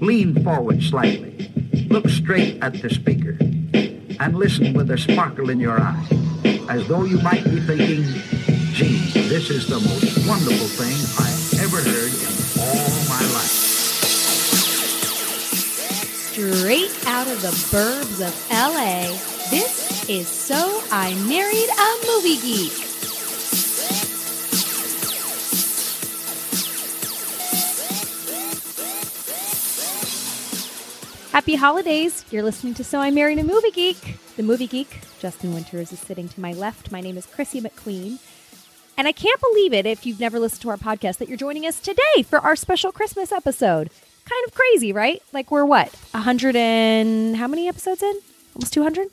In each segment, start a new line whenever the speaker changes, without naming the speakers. Lean forward slightly. Look straight at the speaker. And listen with a sparkle in your eye, as though you might be thinking, gee, this is the most wonderful thing I ever heard in all my life.
Straight out of the burbs of LA, this is So I Married a Movie Geek. Happy holidays. You're listening to So I Married a Movie Geek. The movie geek, Justin Winters, is sitting to my left. My name is Chrissy McQueen. And I can't believe it if you've never listened to our podcast that you're joining us today for our special Christmas episode. Kind of crazy, right? Like we're what? 100 and how many episodes in? Almost 200?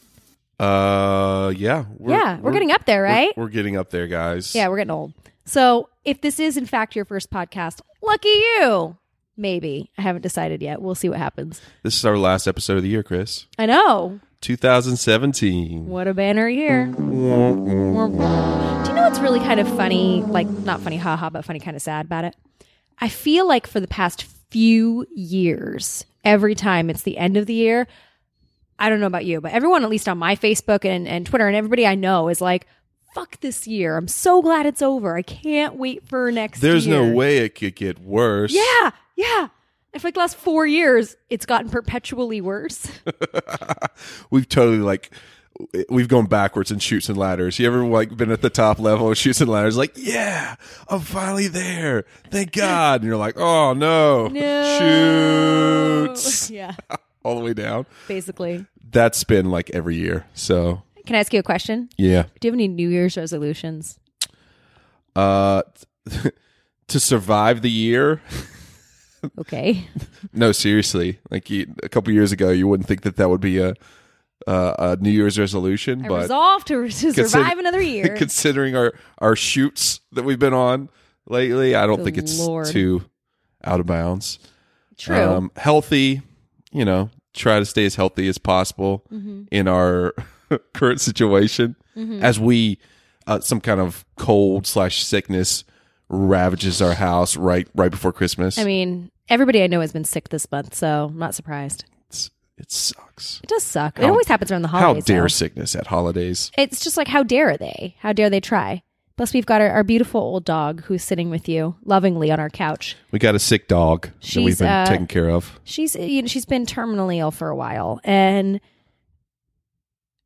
Uh, yeah, we're,
Yeah, we're getting up there,
we're-
right?
We're, getting up there, guys.
Yeah, we're getting old. So if this is in fact your first podcast, lucky you. Maybe. I haven't decided yet. We'll see what happens.
this is our last episode of the year, Chris.
I know.
2017.
What a banner year. Do you know what's really kind of funny, like not funny, haha, but funny, kind of sad about it? I feel like for the past few years, every time it's the end of the year, I don't know about you, but everyone, at least on my Facebook and, and Twitter and everybody I know, is like, fuck this year. I'm so glad it's over. I can't wait for next
There's
year.
no way it could get worse.
Yeah, yeah. And for like the last four years, it's gotten perpetually worse.
we've totally like we've gone backwards in shoots and ladders. You ever like been at the top level of shoots and ladders? Like, yeah, I'm finally there. Thank God. And you're like, oh no,
No.
shoots
Yeah,
all the way down.
basically.
That's been like every year. So
Can I ask you a question?
yeah.
Do you have any New Year's resolutions?
Uh, to survive the year.
Okay.
No, seriously. Like you, a couple years ago, you wouldn't think that that would be a uh, a New Year's resolution,
I
but
resolve to, to survive another year.
considering our our shoots that we've been on lately, I don't
Good
think it's
Lord.
too out of bounds.
True.
um, healthy, you know, try to stay as healthy as possible
Mm-hmm.
in our current situation as we uh, some kind of cold slash sickness ravages our house right right before Christmas.
I mean, everybody I know has been sick this month, so I'm not surprised.
it's, it sucks.
It does suck. it
How-
always happens around the
How
holidays.
dare
though.
sickness at holidays?
It's just like, how dare they? How dare they try? Plus, we've got our, our beautiful old dog who's sitting with you lovingly on our couch.
We got a sick dog that
She's,
we've been
uh,
taking care of.
she's you know, she's been terminally ill for a while and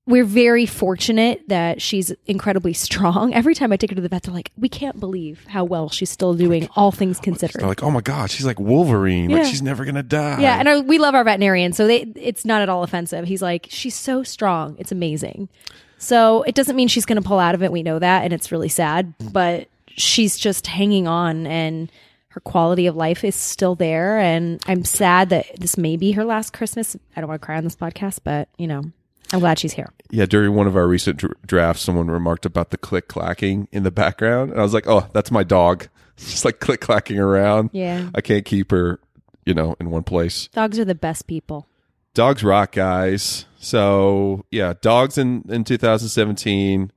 we're very fortunate that she's incredibly strong. Every time I take her to the vet, they're like, "We can't believe how well she's still doing, all things considered."
They're like, oh my god, she's like Wolverine. Like
Yeah.
she's never gonna die.
Yeah, and our, we love our veterinarian, so they, it's not at all offensive. He's like, "She's so strong, it's amazing." So it doesn't mean she's going to pull out of it. We know that, and it's really sad, but she's just hanging on, and her quality of life is still there. And I'm sad that this may be her last Christmas. I don't want to cry on this podcast, but you know, I'm glad she's here.
yeah. During one of our recent dr- drafts, someone remarked about the click clacking in the background, and I was like, oh, that's my dog. Just like click clacking around.
Yeah.
I can't keep her, you know, in one place.
Dogs are the best people.
Dogs rock, guys. So yeah, dogs in in 2017.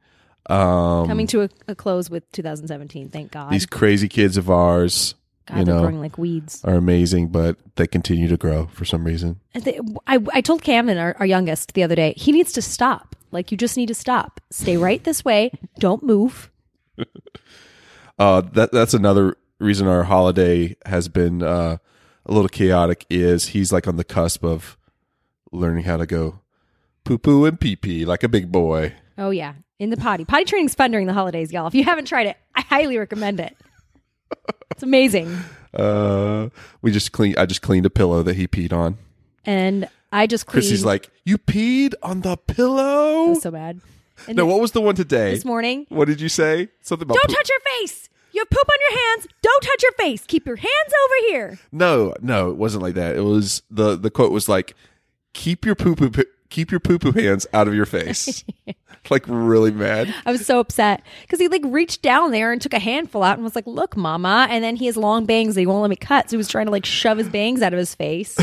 Um,
Coming to a, a close with 2017, thank God.
these crazy kids of ours,
God,
you
they're
know,
growing like weeds.
are amazing, but they continue to grow for some reason.
I, I told Camden, our, our youngest, the other day, he needs to stop. Like, you just need to stop. Stay right this way. Don't move.
Uh, that that's another reason our holiday has been uh, a little chaotic. Is he's like on the cusp of learning how to go poo poo and pee pee like a big boy.
Oh, yeah. In the potty. Potty training's fun during the holidays, y'all. If you haven't tried it, I highly recommend it. It's amazing.
Uh, we just clean. I just cleaned a pillow that he peed on.
And I just cleaned.
Chrissy's like, "You peed on the
It
pillow."
was so bad. And
No, what was the one today?
this morning,
What did you say? Something about
don't
poo-
touch your face. You have poop on your hands. Don't touch your face. Keep your hands over here.
No, no, it wasn't like that. It was the the quote was like, "Keep your poo poo keep your poo poo hands out of your face." like really mad.
I was so upset because he like reached down there and took a handful out and was like, "Look, mama." And then he has long bangs that he won't let me cut, so he was trying to like shove his bangs out of his face.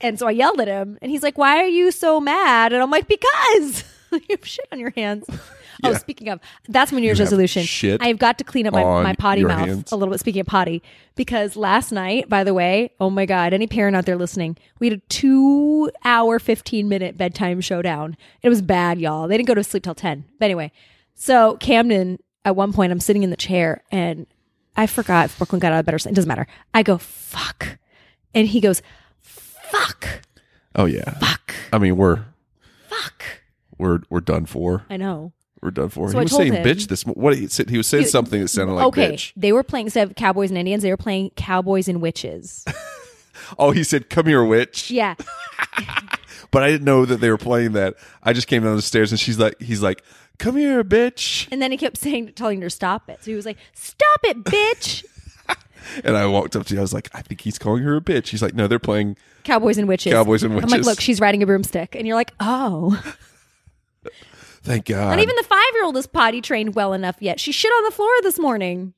and so I yelled at him, and he's like, "Why are you so mad?" And I'm like, "Because you have shit on your hands." Oh,
Yeah.
speaking of, that's my New Year's
have
resolution.
shit
I've got to clean up my,
on
my potty
your
mouth
hands.
a little bit. Speaking of potty, because last night, by the way, oh my God, any parent out there listening, we had a two hour, 15 minute bedtime showdown. It was bad, y'all. They didn't go to sleep till 10. But anyway, so Camden, at one point, I'm sitting in the chair and I forgot if Brooklyn got out of bed or something. It doesn't matter. I go, fuck. And he goes, fuck,
Oh yeah.
fuck,
I mean, we're
fuck.
we're we're done for.
I know.
We're done for.
So
he
I
was
told
saying
him-
bitch this. mo- What he said, he was saying something that sounded like
okay,
bitch.
they were playing instead of cowboys and Indians, they were playing cowboys and witches.
Oh, he said, "Come here, witch."
Yeah,
But I didn't know that they were playing that. I just came down the stairs and she's like, he's like, "Come here, bitch,"
and then he kept saying, telling her to stop it. So he was like, "Stop it, bitch!"
and I walked up to. you. I was like, I think he's calling her a bitch. He's like, No, they're playing.
Cowboys and witches.
Cowboys and
I'm like,
witches.
look, she's riding a broomstick, and you're like, oh.
Thank God.
Not even the five year old is potty trained well enough yet. She shit on the floor this morning.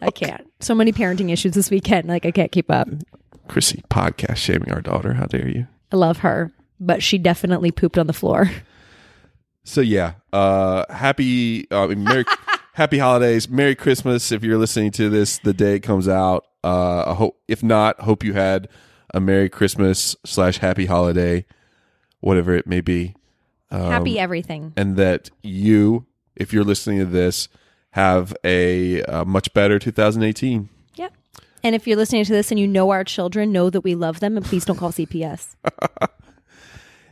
I can't. So many parenting issues this weekend. Like I can't keep up.
Chrissy podcast shaming our daughter. How dare you?
I love her, but she definitely pooped on the floor.
So yeah, uh, happy, uh, I mean, merry, happy holidays, Merry Christmas. If you're listening to this, the day it comes out. Uh, I hope, if not, hope you had a Merry Christmas slash Happy Holiday, whatever it may be, Um,
Happy everything.
and that you, if you're listening to this, have a, uh much better 2018.
Yep. And if you're listening to this and you know our children, know that we love them, and please don't call CPS.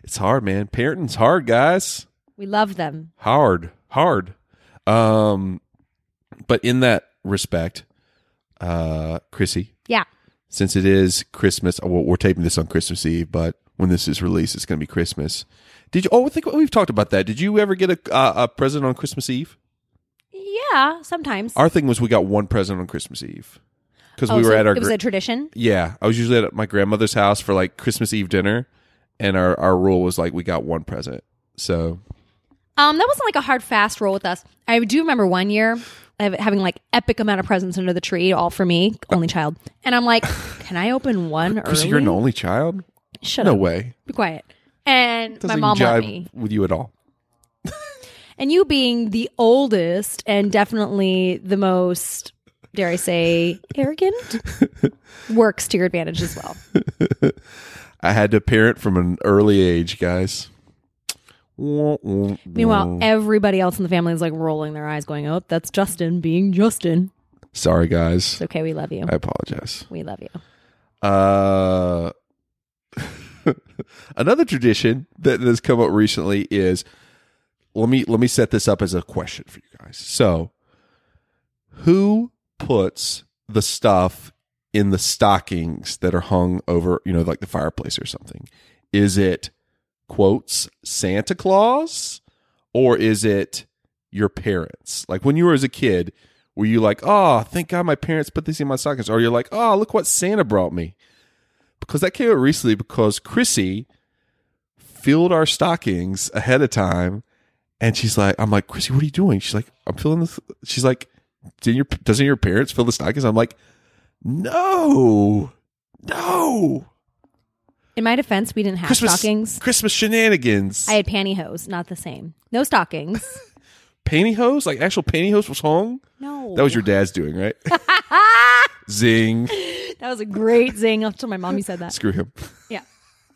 It's hard, man. Parenting's hard, guys.
We love them.
hard hard um but in that respect uh chrissy
Yeah.
since it is christmas uh, well, we're taping this on christmas eve but when this is released it's going to be christmas did you oh i think we've talked about that did you ever get a, uh, a present on christmas eve
Yeah. Sometimes.
our thing was we got one present on christmas eve because
Oh,
we were
so
at our
It was
gra-
a tradition.
yeah i was usually at my grandmother's house for like christmas eve dinner and our, our rule was like we got one present so
Um, that wasn't like a hard fast rule with us. I do remember one year of having like epic amount of presents under the tree, all for me, only child. And I'm like, can I open one early?
chrissy you're an only child
Shut
no
up.
way
Be quiet. And my
doesn't
mom
jive
let me.
with you at all.
And you being the oldest and definitely the most, dare I say, arrogant, works to your advantage as well.
I had to parent from an early age, guys.
Meanwhile, everybody else in the family is like rolling their eyes, going, "Oh, that's Justin being Justin."
sorry guys,
It's okay. We love you.
I apologize.
We love you.
Uh, another tradition that has come up recently is let me let me set this up as a question for you guys. So, who puts the stuff in the stockings that are hung over, you know, like the fireplace or something? Is it quotes Santa Claus or is it your parents? Like when you were as a kid, were you like, oh, thank God my parents put this in my stockings? Or you're like, oh, look what Santa brought me? Because that came out recently because Chrissy filled our stockings ahead of time. And she's like, I'm like, Chrissy, what are you doing? She's like, I'm filling this. She's like, Didn't your, doesn't your parents fill the stockings? I'm like, no, no.
In my defense, we didn't have
Christmas
stockings.
Christmas shenanigans.
I had pantyhose, not the same. No stockings.
pantyhose, like actual pantyhose was hung.
No.
That was your dad's doing, right? Zing.
That was a great zing up till my mom. You said that.
Screw him.
Yeah.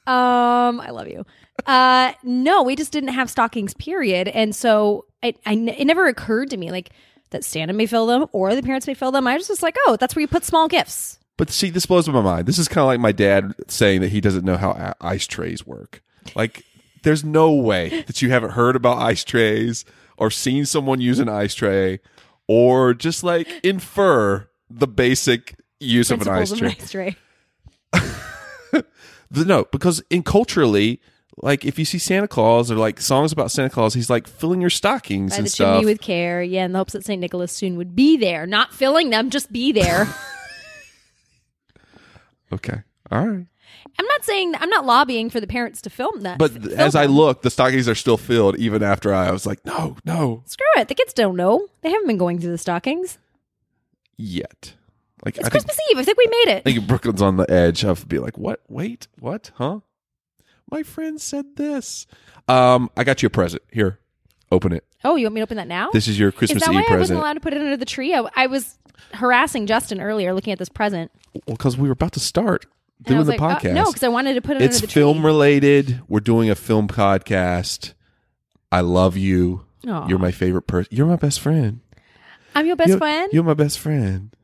Um, I love you. Uh, no, we just didn't have stockings. Period. And so it, I, n- it never occurred to me like that Santa may fill them or the parents may fill them. I was just like, oh, that's where you put small gifts.
But see, this blows my mind. This is kind of like my dad saying that he doesn't know how i- ice trays work. Like, there's no way that you haven't heard about ice trays or seen someone use an ice tray or just like infer the basic use of an
Principles
ice
of
tray.
an ice tray.
The- no, because in culturally, like if you see Santa Claus or like songs about Santa Claus, he's like filling your stockings
by
and
the
stuff.
chimney with care. Yeah, in the hopes that St. Nicholas soon would be there, not filling them, just be there.
okay, all right.
I'm not saying I'm not lobbying for the parents to film that.
But
f-
th-
film
as I
them.
look, the stockings are still filled even after I, I was like, no, no,
screw it, the kids don't know. They haven't been going through the stockings.
yet. Like
It's
I think,
Christmas Eve. I think we made
I
it.
think Brooklyn's on the edge of be like, what? Wait, what? Huh? My friend said this. Um, I got you a present here. Open it.
Oh, you want me to open that now?
This is your
is
Christmas
that why
Eve
I wasn't
present.
allowed to put it under the tree? I, I was harassing Justin earlier, looking at this present.
Well, because we were about to start
And I
doing
was
the
like,
podcast.
oh, no, because I wanted to put it
it's
under the tree.
film related. We're doing a film podcast. I love you.
Aw.
You're my favorite person. You're my best friend.
I'm your best
You're-
friend.
You're my best friend.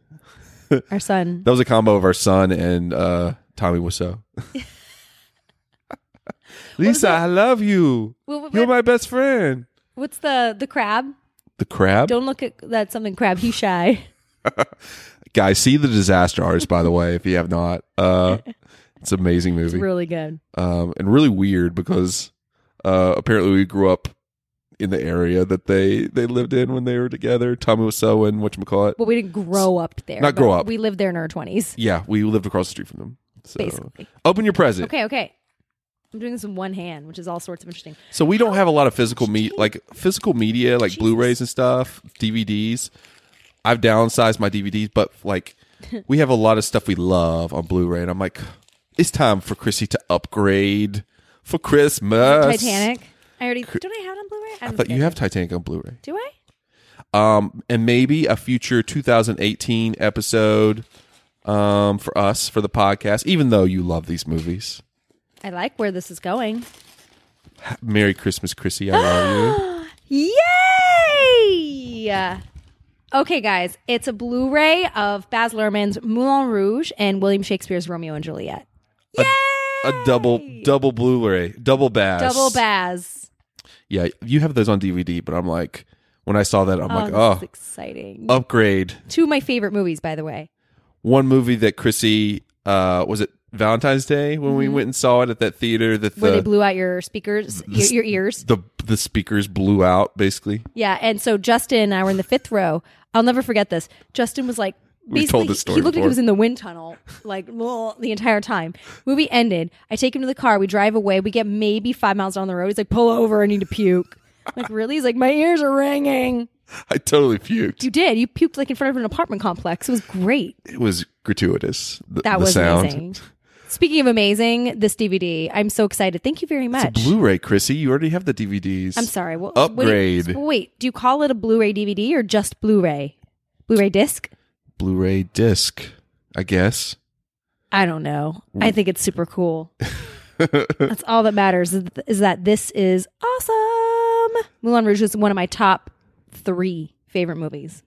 Our son.
That was a combo of our son and uh, Tommy Wiseau. Lisa, I love you.
What- what-
You're my best friend.
What's the the crab?
The crab
Don't look at that something crab. He's shy.
guys. See the Disaster Artist, by the way, if you have not. Uh, it's an amazing
It's
movie
really good.
um, and really weird because uh, apparently we grew up in the area that they they lived in when they were together. Tommy Wiseau and what call it?
But we didn't grow up there.
Not
but
grow up. Uh,
We lived there in our twenties,
Yeah, we lived across the street from them. So.
basically.
Open your present.
Okay, okay. I'm doing this in one hand, which is all sorts of interesting.
So we don't have a lot of physical media, like physical media, like Blu-rays and stuff, DVDs. I've downsized my DVDs, but like we have a lot of stuff we love on Blu-ray, and I'm like, it's time for Chrissy to upgrade for Christmas.
Titanic. I already don't I have it on Blu-ray?
Uh, I thought you have Titanic on Blu-ray,
Do I?
um, and maybe a future 2018 episode um, for us for the podcast. Even though you love these movies,
I like where this is going.
Merry Christmas, Chrissy. I love you.
Yay! Okay, guys, it's a Blu-ray of Baz Luhrmann's Moulin Rouge and William Shakespeare's Romeo and Juliet. Yay!
A double, double Blu-ray, double bass,
double Baz.
Yeah, you have those on DVD, but I'm like, when I saw that, I'm
Oh,
like,
this
oh,
is exciting.
upgrade.
Two of my favorite movies, by the way.
One movie that Chrissy, uh, was it Valentine's Day when we went and saw it at that theater that
Mm-hmm. Where they
the
blew out your speakers, your, your ears.
the the speakers blew out basically.
Yeah, and so Justin and I were in the fifth row. I'll never forget this. Justin was like, basically,
We've told this story
he looked like
before.
he was in the wind tunnel, like the entire time. Movie ended. I take him to the car. We drive away. We get maybe five miles down the road. He's like, pull over. I need to puke. I'm like, really? He's like, my ears are ringing.
I totally puked.
You did. You puked like in front of an apartment complex. It was great.
It was gratuitous. The,
That
the
was
sound.
amazing. Speaking of amazing, this DVD, I'm so excited. Thank you very much.
Blu-ray, Chrissy, you already have the DVDs.
I'm sorry. What,
Upgrade.
Wait, wait, do you call it a Blu-ray DVD or just Blu-ray? Blu-ray disc?
Blu-ray disc, I guess.
I don't know.
Mm.
I think it's super cool. That's all that matters is th- is that this is awesome. Moulin Rouge is one of my top three favorite movies.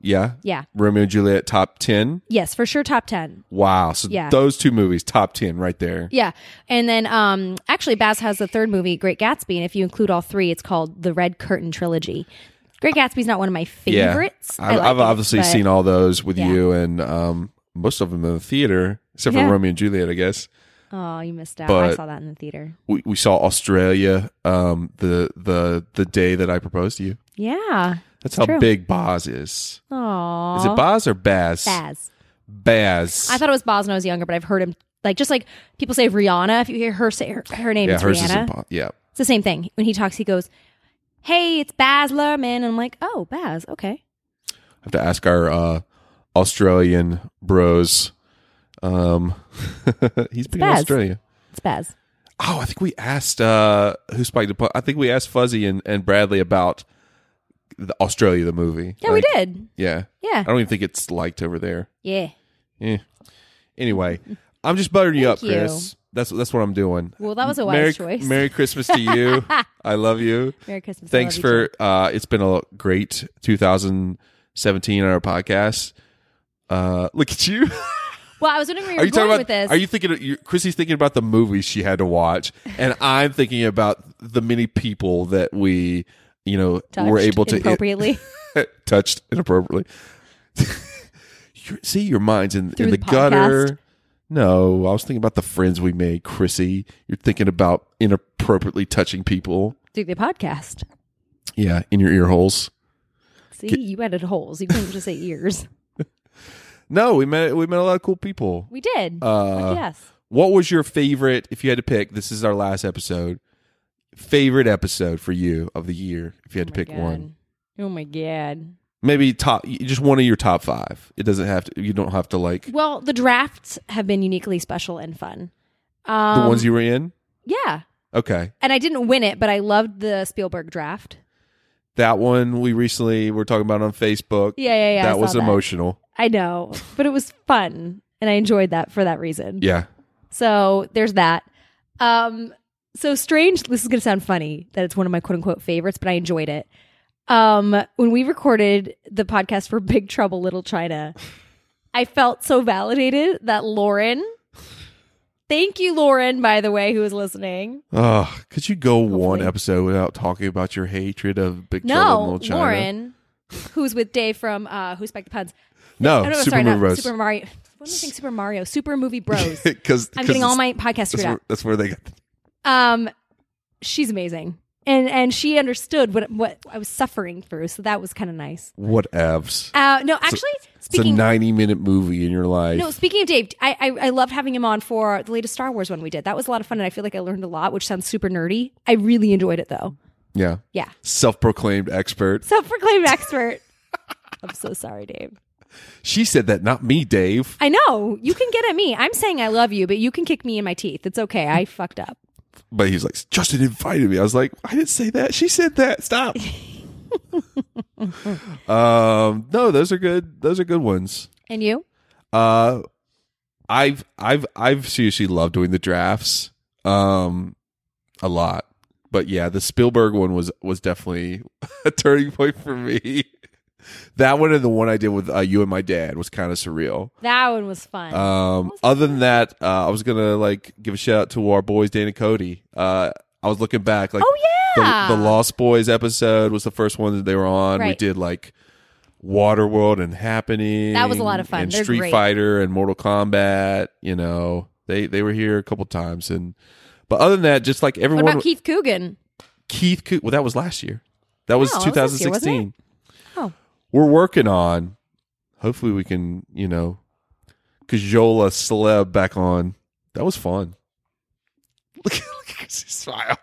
Yeah.
Yeah.
Romeo and Juliet top ten.
Yes, for sure, top 10.
Wow. So
Yeah.
those two movies, top ten, right there.
Yeah. And then um actually Bass has the third movie, Great Gatsby, and if you include all three, it's called The Red Curtain Trilogy. Great Gatsby's not one of my favorites.
I've,
like
I've
it,
obviously
but-
seen all those with
Yeah.
you and um, most of them in the theater, except
Yeah.
for Romeo and Juliet, I guess.
Oh, you missed out. I
but-
saw that in the theater.
We, we saw Australia um, the the the day that I proposed to you.
Yeah.
That's how
true.
big Boz is.
Aww.
Is it Boz or Baz?
Baz.
Baz.
I thought it was Boz when I was younger, but I've heard him like just like people say Rihanna. If you hear her say her, her name,
yeah,
it's
hers
Rihanna.
is a Boz. Yeah.
it's the same thing. When he talks, he goes, "Hey, it's Baz Luhrmann," and I'm like, "Oh, Baz, okay."
I have to ask our uh, Australian bros. Um, he's been in
Baz.
Australia.
It's Baz.
Oh, I think we asked uh, who spiked the. Pl- I think we asked Fuzzy and, and Bradley about the Australia the movie.
Yeah,
Like,
we did.
Yeah.
Yeah,
I don't even think it's liked over there.
yeah.
Eh. Anyway, I'm just buttering you up,
you.
Chris. That's that's what I'm doing.
Well, that was a wise
Merry,
choice.
Merry Christmas to you. I love you.
Merry Christmas. I
Thanks
love you
for
too.
uh it's been a great 2017 on our podcast. Uh look at you.
Well, I was wondering where you
Are
were
you
going
talking about
with this.
Are you thinking of, you, Chrissy's thinking about the movies she had to watch and I'm thinking about the many people that we you know
Touched
were able to
appropriately
touched inappropriately. you see, your mind's in,
Through
in the,
the podcast.
gutter. No, I was thinking about the friends we made, Chrissy. You're thinking about inappropriately touching people.
do the podcast.
Yeah, in your ear holes.
See, you added holes. You couldn't just say ears.
No, we met we met a lot of cool people.
We did.
Uh,
Fuck yes.
What was your favorite? If you had to pick, this is our last episode. Favorite episode for you of the year? If you had to pick one,
Oh my god.
maybe top, just one of your top five. It doesn't have to. You don't have to like
Well, the drafts have been uniquely special and fun. Um,
the ones you were in.
yeah.
Okay,
and I didn't win it, but I loved the Spielberg draft.
That one we recently were talking about on Facebook.
Yeah, yeah, yeah, I
That
saw
was
that.
emotional.
I know, but it was fun and I enjoyed that for that reason.
Yeah.
So there's that. Um, so strange. This is gonna sound funny that it's one of my quote unquote favorites, but I enjoyed it. Um, when we recorded the podcast for Big Trouble Little China, I felt so validated that Lauren. Thank you, Lauren. By the way, who is listening?
Oh, could you go one
Hopefully.
episode without talking about your hatred of Big Trouble in
No,
Little China?
Lauren, who's with Dave from uh, Who Spiked the Puns.
No,
Oh, no,
Super
sorry,
Mario
not
Bros.
Super Mario. What am I saying? Super Mario, Super Movie Bros.
Because
I'm getting all my podcasts
that's
screwed
where,
up.
that's where they got.
Um, she's amazing, and and she understood what what I was suffering through, so that was kind of nice.
What evs?
Uh, no, actually,
It's a
speaking
ninety-minute movie in your life.
no, speaking of Dave, I, I I loved having him on for the latest Star Wars one we did. That was a lot of fun, and I feel like I learned a lot, which sounds super nerdy. I really enjoyed it though.
yeah,
Yeah,
self-proclaimed expert.
self-proclaimed expert. I'm so sorry, Dave.
She said that, not me, Dave.
I know you can get at me. I'm saying I love you, but you can kick me in my teeth. It's okay. I fucked up.
But he's like, Justin invited me. I was like, I didn't say that. She said that. Stop. um, no, those are good. Those are good ones.
And you?
Uh, I've I've I've seriously loved doing the drafts. Um, a lot. But yeah, the Spielberg one was was definitely a turning point for me. That one and the one I did with uh, you and my dad was kind of surreal.
That one was fun.
Um, other than that, uh, I was gonna like give a shout out to our boys Dan and Cody. Uh, I was looking back, like,
Oh, yeah!
the, the Lost Boys episode was the first one that they were on. We
Right.
did like Waterworld and Happening.
That was a lot of fun.
And
They're
Street
great.
Fighter and Mortal Kombat. You know, they they were here a couple times, and but other than that, just like
what
everyone,
about Keith Coogan?
Keith Coo- Well, that was last year. That was
No, that was last year,
2016.
wasn't it? Oh.
We're working on. Hopefully, we can, you know, cajole a celeb back on. That was fun. Look, at- look at his smile.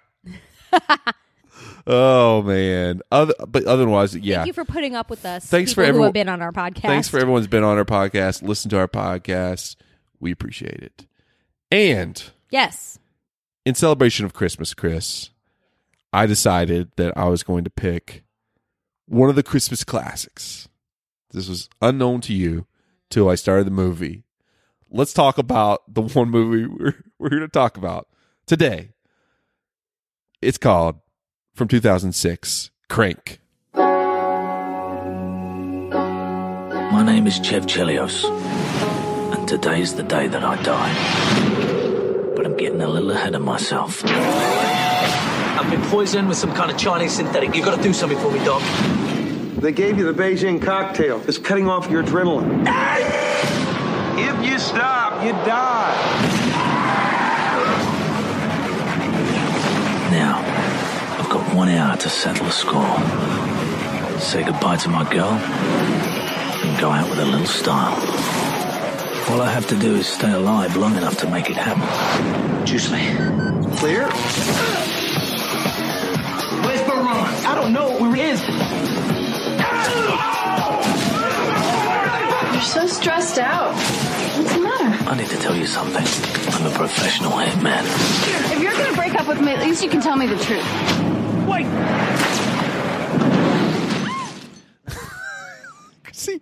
oh man. Other, but otherwise, yeah.
Thank you for putting up with us.
Thanks for
people who
everyone-
have been on our podcast.
Thanks for everyone's been on our podcast. Listen to our podcast. We appreciate it. And
Yes.
in celebration of Christmas, Chris, I decided that I was going to pick one of the Christmas classics. This was unknown to you till I started the movie. Let's talk about the one movie we're, we're here to talk about today. It's called from 2006 Crank.
My name is Chev Chelios, and today is the day that I die. But I'm getting a little ahead of myself. I've been poisoned with some kind of Chinese synthetic. You gotta do something for me, Doc.
They gave you the Beijing cocktail. It's cutting off your adrenaline. If you stop, you die.
Now, I've got one hour to settle a score. Say goodbye to my girl, and go out with a little style. All I have to do is stay alive long enough to make it happen. Juice me.
Clear?
Where's Baron? I don't know where he is.
You're so stressed out. What's the matter?
I need to tell you something. I'm a professional hitman.
If you're gonna break up with me, at least you can tell me the truth.
Wait!
See,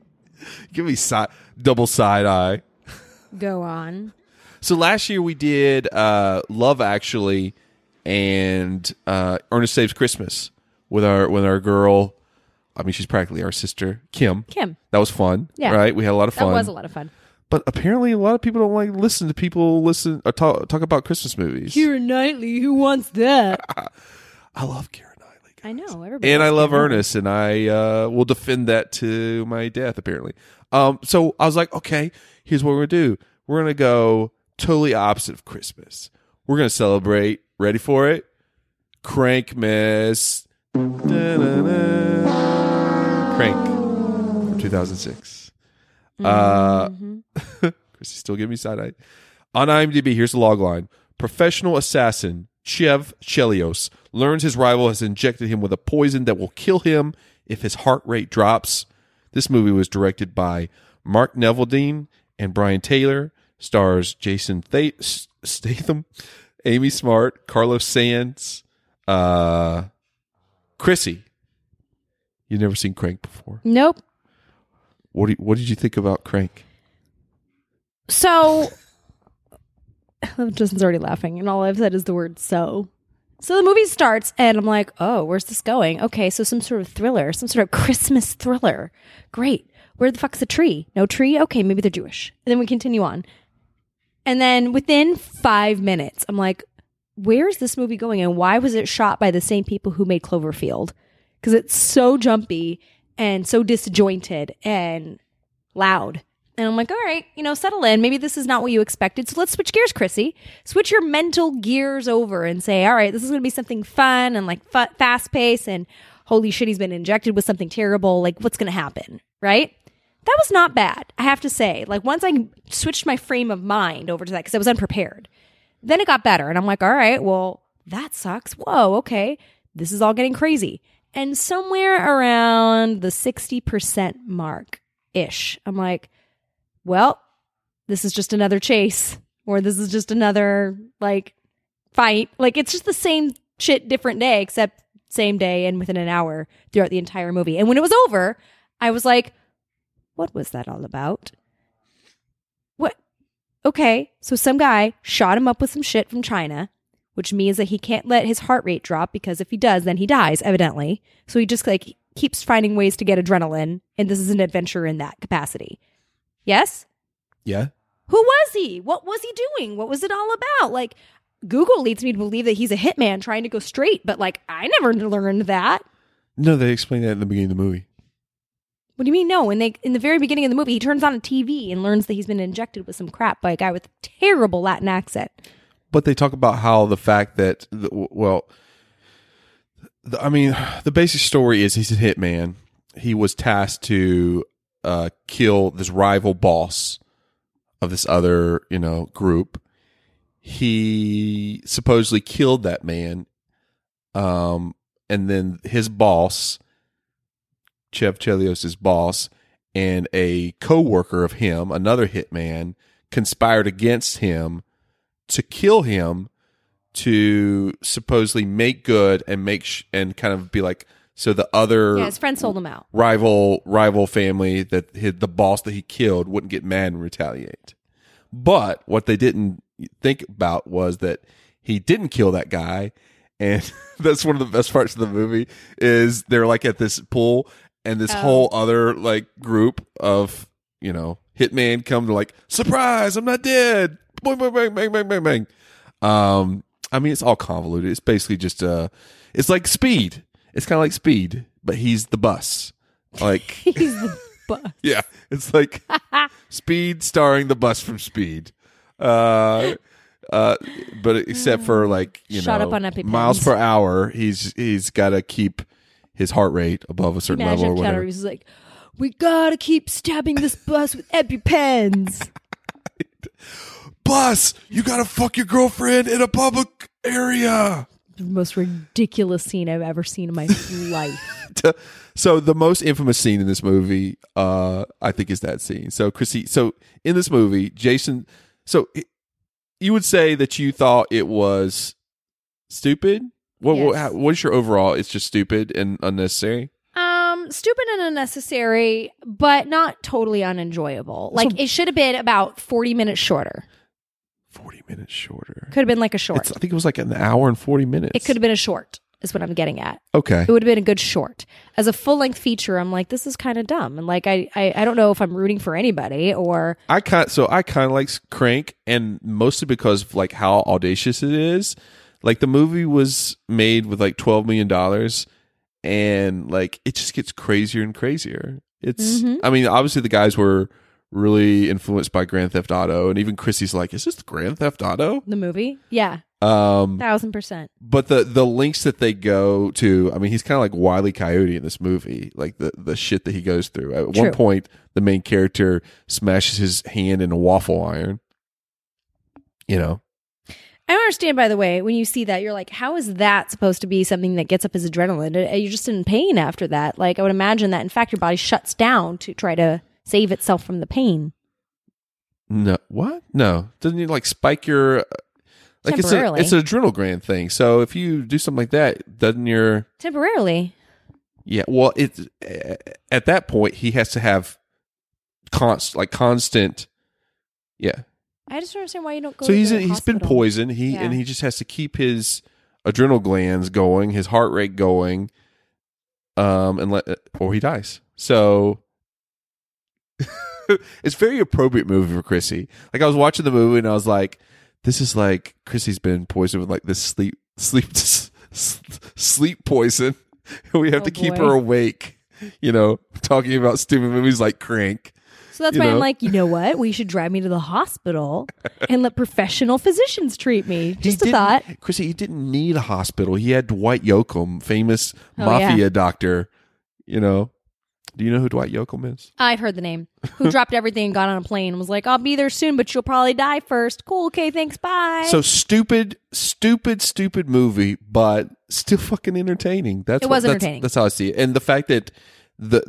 give me side, double side eye.
Go on.
So last year we did uh, Love Actually and uh, Ernest Saves Christmas with our with our girl. I mean, she's practically our sister, Kim.
Kim.
That was fun.
Yeah.
Right. We had a lot of
That
fun.
was a lot of fun.
But apparently, a lot of people don't like listen to people listen or talk, talk about Christmas movies.
Kira Knightley, who wants that?
I love Kira Knightley.
I know. Everybody.
and I love Ernest, and I uh, will defend that to my death. Apparently, um, so I was like, okay, here's what we're gonna do. We're gonna go totally opposite of Christmas. We're gonna celebrate. Ready for it? Crankmas. Da-na-na. Crank from 2006. Uh, Chrissy still giving me side eye. On IMDb, here's the log line. Professional assassin Chev Chelios learns his rival has injected him with a poison that will kill him if his heart rate drops. This movie was directed by Mark Neveldine and Brian Taylor, stars Jason Th- Statham, Amy Smart, Carlos Sands, uh, Chrissy, You've never seen Crank before.
Nope.
What do you, What did you think about Crank?
So Justin's already laughing, and all I've said is the word so. So the movie starts, and I'm like, oh, where's this going? Okay, so some sort of thriller, some sort of Christmas thriller. Great. Where the fuck's the tree? No tree? Okay, maybe they're Jewish. And then we continue on. And then within five minutes, I'm like, where's this movie going? And why was it shot by the same people who made Cloverfield? Because it's so jumpy and so disjointed and loud. And I'm like, all right, you know, settle in. Maybe this is not what you expected. So let's switch gears, Chrissy. Switch your mental gears over and say, all right, this is going to be something fun and like fa- fast paced and holy shit, he's been injected with something terrible. Like, what's going to happen? Right? That was not bad, I have to say. Like, once I switched my frame of mind over to that, because I was unprepared, then it got better. And I'm like, all right, well, that sucks. Whoa, okay. This is all getting crazy. And somewhere around the 60% mark ish, I'm like, well, this is just another chase or this is just another like fight. Like it's just the same shit, different day, except same day and within an hour throughout the entire movie. And when it was over, I was like, what was that all about? What? Okay, so some guy shot him up with some shit from China, which means that he can't let his heart rate drop because if he does, then he dies, evidently. So he just like keeps finding ways to get adrenaline. And this is an adventure in that capacity. Yes?
Yeah.
Who was he? What was he doing? What was it all about? Like, Google leads me to believe that he's a hitman trying to go straight, but like, I never learned that.
No, they explained that in the beginning of the movie.
What do you mean? No, in they in the very beginning of the movie, he turns on a TV and learns that he's been injected with some crap by a guy with a terrible Latin accent.
But they talk about how the fact that the, well, the, I mean, the basic story is he's a hitman. He was tasked to uh, kill this rival boss of this other, you know, group. He supposedly killed that man, um, and then his boss, Chev Chelios's boss, and a co-worker of him, another hitman, conspired against him to kill him to supposedly make good and make sh- and kind of be like so the other
Yeah, his friend sold him out.
rival rival family that hit the boss that he killed wouldn't get mad and retaliate. But what they didn't think about was that he didn't kill that guy, and that's one of the best parts of the movie is they're like at this pool and this whole other like group of you know hitman come to like surprise I'm not dead bang bang bang bang bang bang bang. Um, I mean it's all convoluted. It's basically just uh, it's like speed. It's kind of like speed, but he's the bus. Like
He's the bu-
yeah, it's like Speed starring the bus from Speed. Uh, uh, but except for like you
Mm. Shot
know
up on EpiPens.
miles per hour, he's he's got to keep his heart rate above a certain level
Imagine
or
if Keanu
whatever.
Reeves was like, "We gotta keep stabbing this bus with epipens."
Bus, you gotta fuck your girlfriend in a public area.
the most ridiculous scene I've ever seen in my life.
so the most infamous scene in this movie, uh, I think, is that scene. So Chrissy, so in this movie, Jason, so it, you would say that you thought it was stupid. What what,
Yes.
how, what is your overall? It's just stupid and unnecessary.
Um, stupid and unnecessary, but not totally unenjoyable. Like it should have been about forty minutes shorter.
Forty minutes shorter.
Could have been like a short.
It's, I think it was like an hour and forty minutes.
it could have been a short. Is what I'm getting at.
Okay.
It would have been a good short. As a full length feature, I'm like, this is kind of dumb, and like I, I I don't know if I'm rooting for anybody or
I kind so I kind of like Crank, and mostly because of like how audacious it is. Like the movie was made with like twelve million dollars, and like it just gets crazier and crazier. It's I mean obviously the guys were really influenced by Grand Theft Auto, and even Chrissy's like, is this Grand Theft Auto?
the movie. Yeah,
Um,
thousand percent.
but the the links that they go to, I mean, he's kind of like Wiley Coyote in this movie, like the the shit that he goes through. At
True.
one point, the main character smashes his hand in a waffle iron. You know,
I don't understand, by the way, when you see that, you're like, how is that supposed to be something that gets up his adrenaline? Uh, You're just in pain after that. Like, I would imagine that, in fact, your body shuts down to try to save itself from the pain.
no, what? No, doesn't he like spike your uh, like it's a
Temporarily.
it's an adrenal gland thing. So if you do something like that, doesn't your
Temporarily.
Yeah, well, it's at that point he has to have const like constant. Yeah,
I just don't understand why you don't go.
so
to
he's
the
he's been
hospital.
poisoned. He and
Yeah.
he just has to keep his adrenal glands going, his heart rate going, um, and let or he dies. So it's very appropriate movie for Chrissy. Like I was watching the movie and I was like, this is like Chrissy's been poisoned with like this sleep sleep s- sleep poison. We have
Oh,
to keep
boy.
her awake. You know, talking about stupid movies like Crank.
So that's
you
why
know?
I'm like, you know what? We should drive me to the hospital and let professional physicians treat me.
He
Just a
didn't-
thought.
Chrissy, he didn't need a hospital. He had Dwight Yoakam, famous mafia
Oh, yeah.
doctor. You know, do you know who Dwight Yoakam is?
I've heard the name. Who dropped everything and got on a plane and was like, I'll be there soon, but you'll probably die first. Cool. Okay. Thanks. Bye.
So stupid, stupid, stupid movie, but still fucking entertaining. That's
It
what-
was
that's-
entertaining.
That's, how I see it. And the fact that the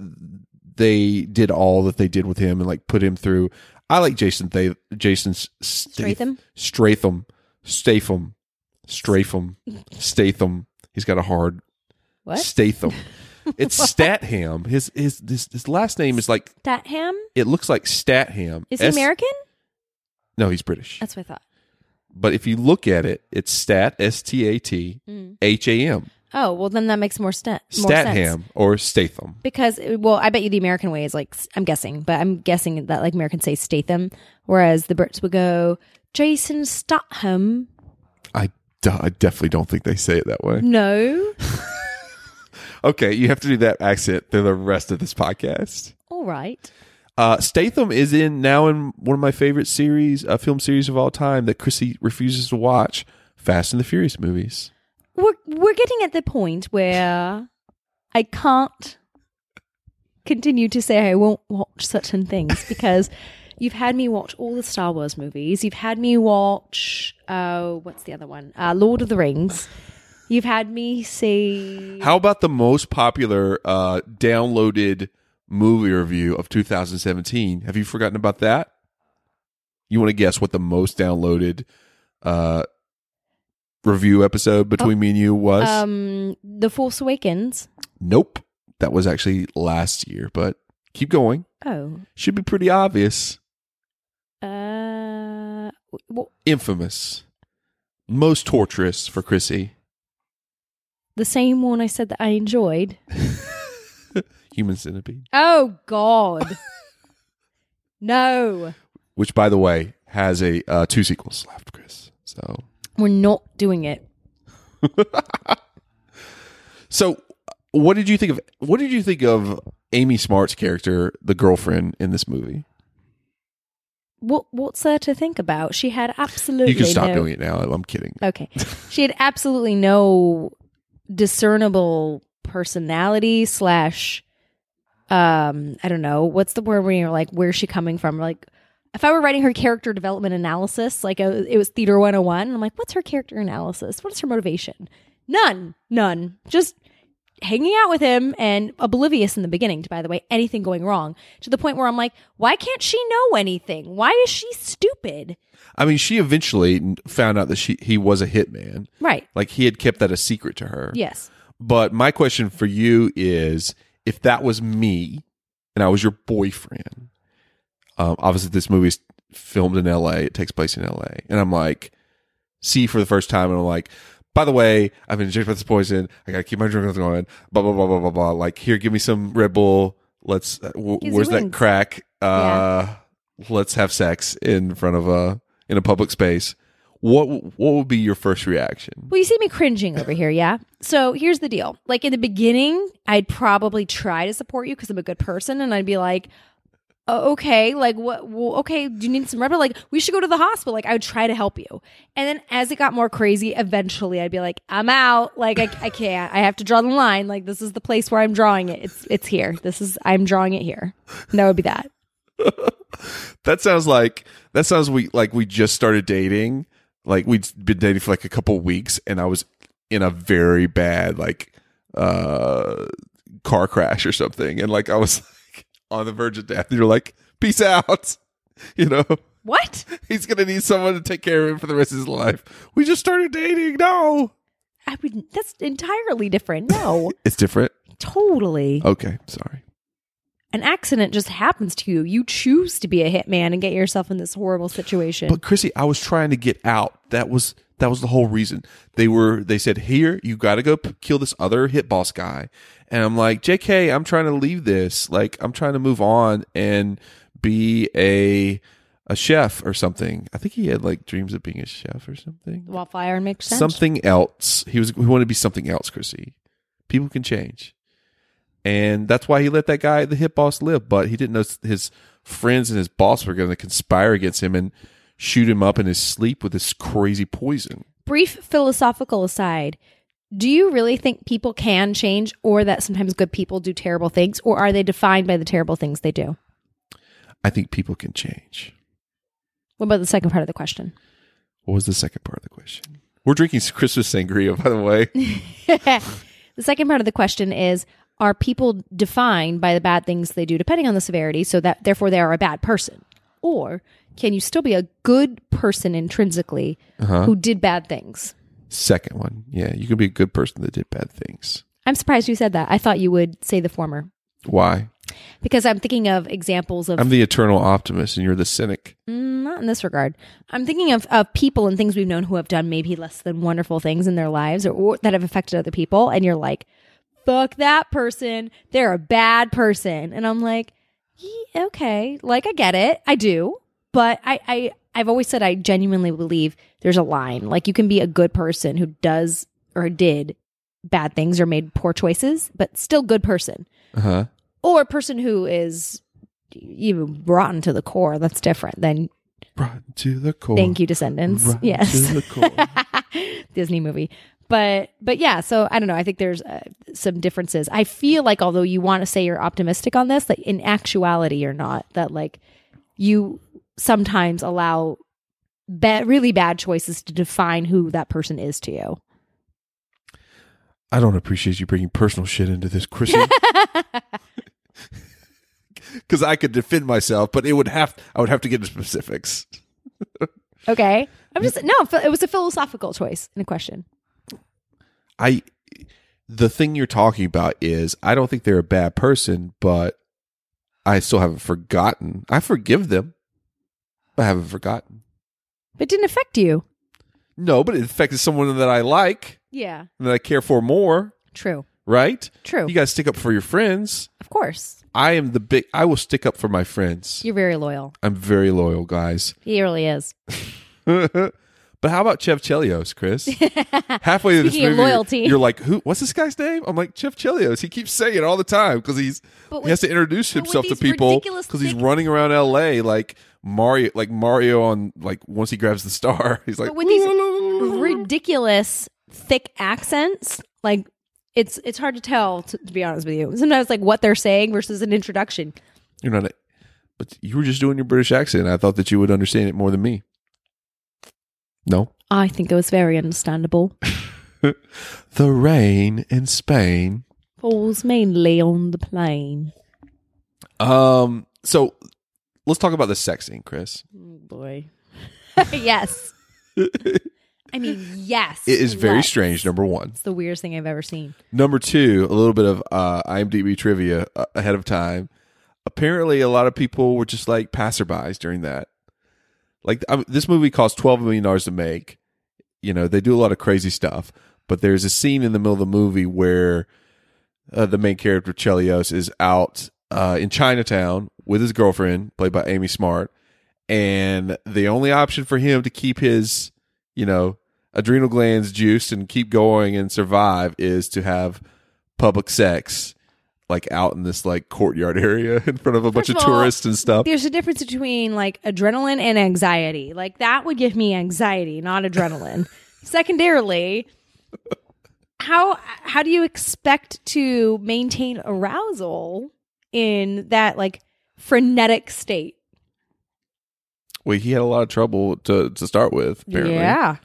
they did all that they did with him and like put him through. I like Jason. They Jason S- Stath-
Stratham?
Stratham, Statham, Stratham, Statham. He's got a hard
What?
Statham. It's Statham. His his his, his last name is like
that him?
it looks like Statham.
Is he
S-
American?
No, he's British.
That's what I thought.
But if you look at it, it's Stat S T A T H A M
Oh, well, then that makes more, st- more sense.
Statham or Statham.
Because, well, I bet you the American way is like, s- I'm guessing, but I'm guessing that like Americans say Statham, whereas the Brits would go, Jason Statham.
I, d- I definitely don't think they say it that way.
No.
Okay, you have to do that accent through the rest of this podcast.
All right.
Uh, Statham is in now in one of my favorite series, uh, film series of all time that Chrissy refuses to watch: Fast and the Furious movies.
we're we're getting at the point where I can't continue to say I won't watch certain things because you've had me watch all the Star Wars movies. You've had me watch oh, what's the other one? Uh, Lord of the Rings. You've had me see
How about the most popular uh, downloaded movie review of 2017? Have you forgotten about that? You want to guess what the most downloaded uh, review episode between me and you was?
um The Force Awakens.
nope. That was actually last year, but keep going.
Oh,
Should be pretty obvious.
uh, w-
Infamous. Most torturous for Chrissy.
the same one I said that I enjoyed.
Human Centipede.
Oh God, no.
Which, by the way, has a uh, two sequels left, Chris. So
We're not doing it.
So, what did you think of what did you think of Amy Smart's character, the girlfriend in this movie?
what what's there to think about? She had absolutely
You can stop
no,
doing it now. I'm kidding.
Okay, she had absolutely no discernible personality slash. Um, I don't know what's the word when you're like, where's she coming from? Like, if I were writing her character development analysis, like uh, it was theater 101, and I'm like, what's her character analysis? What's her motivation? None, none. Just hanging out with him and oblivious in the beginning to, by the way, anything going wrong to the point where I'm like, why can't she know anything? Why is she stupid?
I mean, she eventually found out that she he was a hitman.
Right.
Like he had kept that a secret to her.
Yes.
But my question for you is if that was me and I was your boyfriend, um, obviously this movie is filmed in LA, it takes place in LA, and I'm like, see for the first time, and I'm like, by the way, I've been injected with this poison. I gotta keep my drinking going. Blah blah blah blah blah blah. Like here, give me some Red Bull. Let's. Uh, w-
Gives you
where's that
wings.
crack? Uh, Let's have sex in front of a in a public space. What w- what would be your first reaction?
Well, you see me cringing over here, yeah? So here's the deal. Like in the beginning, I'd probably try to support you because I'm a good person and I'd be like, "Oh, okay, like what? Well, okay, do you need some rubber? Like we should go to the hospital. Like I would try to help you. And then as it got more crazy, eventually I'd be like, I'm out. Like I, I can't. I have to draw the line. Like this is the place where I'm drawing it. It's it's here. This is I'm drawing it here. And that would be that.
That sounds like that sounds we like we just started dating. Like we'd been dating for like a couple weeks, and I was in a very bad like uh car crash or something, and like I was like on the verge of death. And you're like, peace out. You know,
What?
he's gonna need someone to take care of him for the rest of his life. We just started dating. No,
I would. That's entirely different. No.
it's different.
Totally.
Okay, sorry.
An accident just happens to you. You choose to be a hitman and get yourself in this horrible situation.
But Chrissy, I was trying to get out. That was that was the whole reason. They were they said, "Here, you got to go p- kill this other hit boss guy." And I'm like, "JK, I'm trying to leave this. Like, I'm trying to move on and be a a chef or something." I think he had like dreams of being a chef or something.
Wildfire and mixed sense.
Something else. He was he wanted to be something else, Chrissy. People can change. And that's why he let that guy, the hit boss, live. But he didn't know his friends and his boss were going to conspire against him and shoot him up in his sleep with this crazy poison.
Brief philosophical aside. Do you really think people can change or that sometimes good people do terrible things or are they defined by the terrible things they do?
I think people can change.
What about the second part of the question?
What was the second part of the question? We're drinking Christmas sangria, by the way.
the second part of the question is are people defined by the bad things they do depending on the severity so that therefore they are a bad person? Or can you still be a good person intrinsically
Uh-huh.
who did bad things?
Second one. Yeah, you can be a good person that did bad things.
I'm surprised you said that. I thought you would say the former
Why?
because I'm thinking of examples of
I'm the eternal optimist and you're the cynic.
Mm. not in this regard. I'm thinking of, of people and things we've known who have done maybe less than wonderful things in their lives or, or that have affected other people. And you're like, fuck that person. They're a bad person. And I'm like, "Ye- okay, like I get it. I do. But I, I, I've always said I genuinely believe there's a line. Like you can be a good person who does or did bad things or made poor choices, but still good person
Uh huh.
or a person who is even rotten to the core that's different then
Brought to the core.
thank you descendants
Rotten
yes
to the core.
disney movie but but yeah so i don't know i think there's uh, some differences i feel like although you want to say you're optimistic on this like in actuality you're not that like you sometimes allow ba- really bad choices to define who that person is to you
I don't appreciate you bringing personal shit into this, Chrissy. Because I could defend myself, but it would have I would have to get into specifics.
okay i'm just no it was a philosophical choice in a question
I the thing you're talking about is I don't think they're a bad person, but I still haven't forgotten. I forgive them. but I haven't forgotten.
but it didn't affect you
No, but it affected someone that I like
yeah
and that I care for more,
true
right?
True.
You got to stick up for your friends.
Of course.
I am the big I will stick up for my friends.
You're very loyal.
I'm very loyal, guys.
He really is.
but how about Chev Chelios, Chris? Halfway through this
Speaking
movie,
of loyalty.
You're, you're like, who? What's this guy's name? I'm like Chev Chelios. He keeps saying it all the time because he's
But
he
with-
has to introduce
but with
himself to
these
people
ridiculous
because he's
thick-
running around L.A. like Mario, like Mario on like once he grabs the star, he's like
But with these ridiculous thick accents, like it's it's hard to tell to, to be honest with you. Sometimes like what they're saying versus an introduction.
you're not. A, but you were just doing your British accent. I thought that you would understand it more than me. No,
I think it was very understandable.
the rain in Spain.
Falls mainly on the plane.
Um. So let's talk about the sex scene, Chris.
Boy. yes. I mean, yes.
It is very
Let's.
strange. Number one.
It's the weirdest thing I've ever seen.
Number two, a little bit of uh, IMDb trivia uh, ahead of time. Apparently, a lot of people were just like passerbys during that. Like I, this movie cost twelve million dollars to make. You know, they do a lot of crazy stuff. But there's a scene in the middle of the movie where uh, the main character Chelios is out uh, in Chinatown with his girlfriend, played by Amy Smart, and the only option for him to keep his, you know, adrenal glands juiced and keep going and survive is to have public sex, like out in this like courtyard area in front of a bunch
First
of,
of all,
tourists and stuff.
There's a difference between like adrenaline and anxiety. Like that would give me anxiety, not adrenaline. Secondarily, how how do you expect to maintain arousal in that like frenetic state?
Well, he had a lot of trouble to to start with, apparently.
Yeah.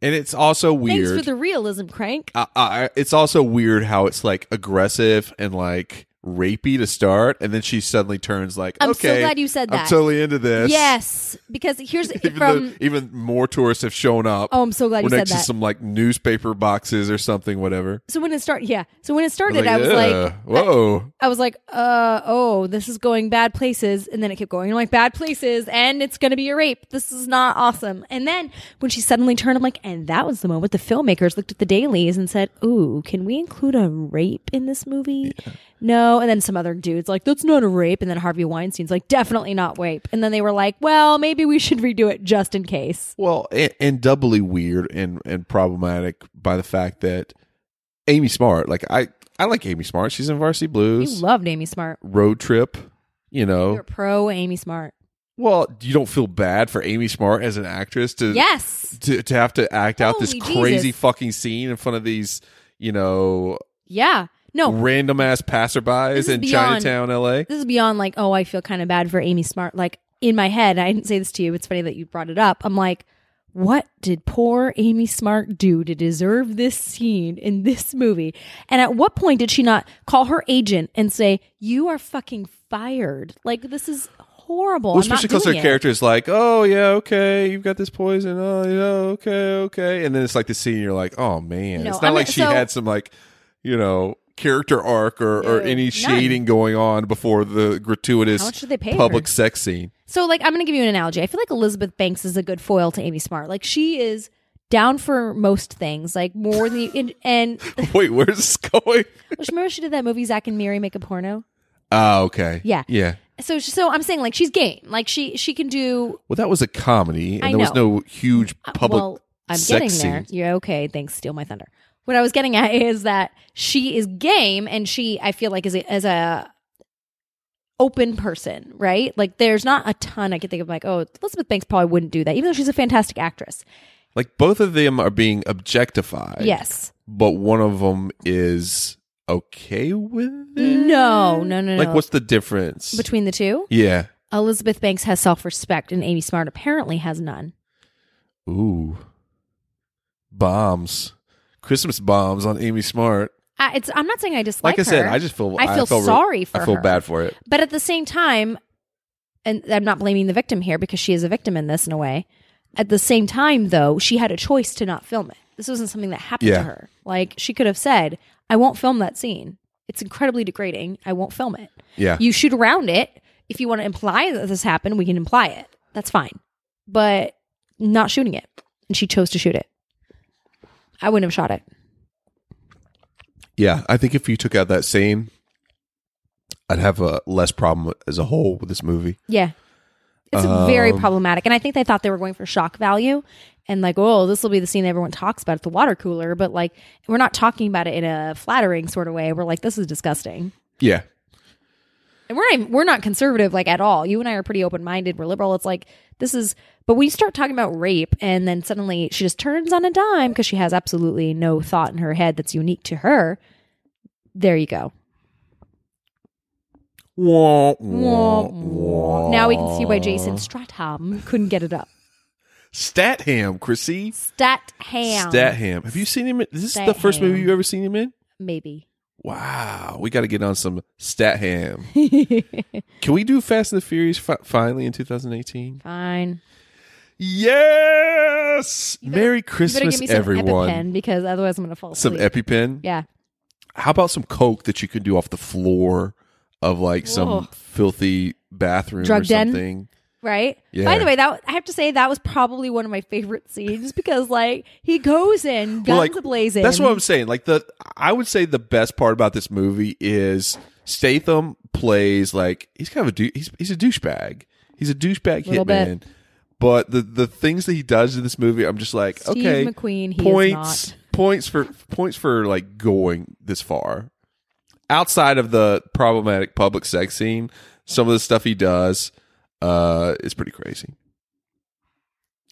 and it's also weird.
Thanks for the realism, crank.
I, I, it's also weird how it's like aggressive and like rapey to start, and then she suddenly turns like,
I'm so
okay,
glad you said
I'm
that."
totally into this.
Yes, because here's
Even
from
though even more tourists have shown up.
Oh, I'm so glad
We're
you said
next to
that.
some like newspaper boxes or something, whatever.
so when it started, yeah. So when it started, I was
"Ugh,
like,
whoa.
I was like, uh, oh, this is going bad places. And then it kept going. I'm like, bad places. And it's going to be a rape. This is not awesome. And then when she suddenly turned, I'm like, and that was the moment the filmmakers looked at the dailies and said, ooh, can we include a rape in this movie? No. And then some other dude's like, that's not a rape. And then Harvey Weinstein's like, definitely not rape. And then they were like, well, maybe we should redo it just in case.
Well, and, and doubly weird and and problematic by the fact that Amy Smart, like I I like Amy Smart. She's in Varsity
You
Blues,
loved Amy Smart.
Road Trip. You know,
You're pro Amy Smart.
well, you don't feel bad for Amy Smart as an actress to
Yes.
to, to have to act out this
Holy
crazy
Jesus.
fucking scene in front of these, you know,
Yeah. No,
random ass
Oh. This
passerbys
is
in
beyond-
Chinatown, LA.
this is beyond like oh i feel kind of bad for amy smart like in my head i didn't say this to you it's funny that you brought it up i'm like what did poor amy smart do to deserve this scene in this movie and at what point did she not call her agent and say you are fucking fired like this is horrible
Well,
I'm not
especially because her
doing it."
character is like, oh, yeah, okay, you've got this poison. Oh, yeah, okay, okay. And then it's like the scene, you're like, oh, man.
No,
it's
I
not
mean,
like she
so-
had some, like, you know, character arc or,
No,
or any
none.
shading going on before the gratuitous
How much did they pay
public
her?
sex scene.
So, like, I'm going to give you an analogy. I feel like Elizabeth Banks is a good foil to Amy Smart. Like, she is down for most things, like more than you. And, and
Wait, where's this going?
remember she did that movie Zach and Mary Make a Porno.
Oh, okay.
Yeah.
Yeah.
So so I'm saying like she's game. Like she she can do
Well, that was a comedy, and
I
there was
know. Uh,
no huge public
well. I'm
sex
getting
scene.
there. You're okay. Thanks. Steal my thunder. What I was getting at is that she is game, and she I feel like is a, as a open person, right? Like there's not a ton I could think of. Like oh, Elizabeth Banks probably wouldn't do that, even though she's a fantastic actress.
Like both of them are being objectified.
yes.
but one of them is okay with it.
No. No. No.
Like,
no.
what's the difference?
between the two?
yeah.
Elizabeth Banks has self respect, and Amy Smart apparently has none.
Ooh, bombs, Christmas bombs on Amy Smart.
I, it's I'm not saying I dislike.
Like, I said,
her.
I just feel
I feel
feel re-
sorry for
I feel
her.
bad for it.
But at the same time, and I'm not blaming the victim here because she is a victim in this in a way. At the same time, though, she had a choice to not film it. This wasn't something that happened
Yeah.
to her. Like she could have said, "I won't film that scene. It's incredibly degrading. I won't film it."
Yeah.
You shoot around it. If you want to imply that this happened, we can imply it. That's fine. But not shooting it, and she chose to shoot it. I wouldn't have shot it.
yeah, I think if you took out that scene, I'd have a less problem as a whole with this movie.
Yeah. It's very problematic. And I think they thought they were going for shock value and like, oh, this will be the scene everyone talks about at the water cooler. But like, we're not talking about it in a flattering sort of way. We're like, this is disgusting.
Yeah.
And we're not, even- we're not conservative like at all. You and I are pretty open minded. We're liberal. It's like, this is, but when you start talking about rape and then suddenly she just turns on a dime because she has absolutely no thought in her head that's unique to her. There you go.
Wah,
Wah,
wah,
wah. Now we can see why Jason Stratham couldn't get it up.
Statham, Chrissy.
Statham.
Statham. Have you seen him? in- Is this the first
Statham.
movie you've ever seen him in?
Maybe.
Wow, we got to get on some Statham. Can we do Fast and the Furious fi- finally in 2018?
Fine.
Yes! Merry
you
Christmas,
better give me some
everyone.
EpiPen because otherwise I'm gonna fall
Some
asleep.
EpiPen.
yeah.
How about some Coke that you can do off the floor of like some
Whoa.
filthy bathroom or
Drug den?
something?
Right.
Yeah.
By the way, that I have to say that was probably one of my favorite scenes because like he goes in, guns
Well, like,
blazing.
That's what I'm saying. Like the, I would say the best part about this movie is Statham plays like he's kind of a du- he's he's a douchebag. He's a douchebag
Little
hitman. But the the things that he does in this movie, I'm just like,
Steve
okay,
McQueen, he is
points
not.
points for points for like going this far. Outside of the problematic public sex scene, some of the stuff he does uh, is pretty crazy.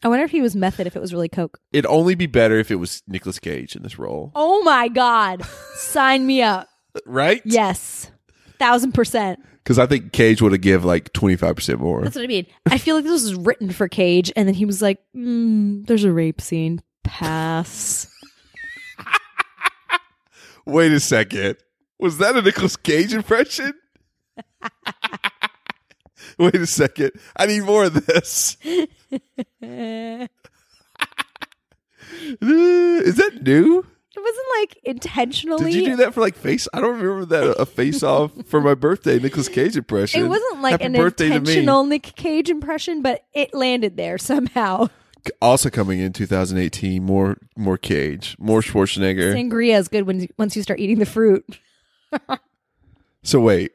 I wonder if he was method if it was really coke.
It'd only be better if it was Nicolas Cage in this role,
Oh my god! Sign me up.
right?
Yes, thousand percent.
Because I think Cage would have give like twenty five percent more.
That's what I mean. I feel like this was written for Cage, and then he was like, mm, "There's a rape scene. Pass."
Wait a second. Was that a Nicolas Cage impression? Wait a second. I need more of this. Is that new?
It wasn't like intentionally.
Did you do that for like face? I don't remember that a face off for my birthday Nicolas Cage impression.
It wasn't like
Happy
an
birthday to me.
intentional Nick Cage impression, but it landed there somehow.
Also coming in 2018, more more Cage, more Schwarzenegger.
Sangria is good when once you start eating the fruit.
So wait,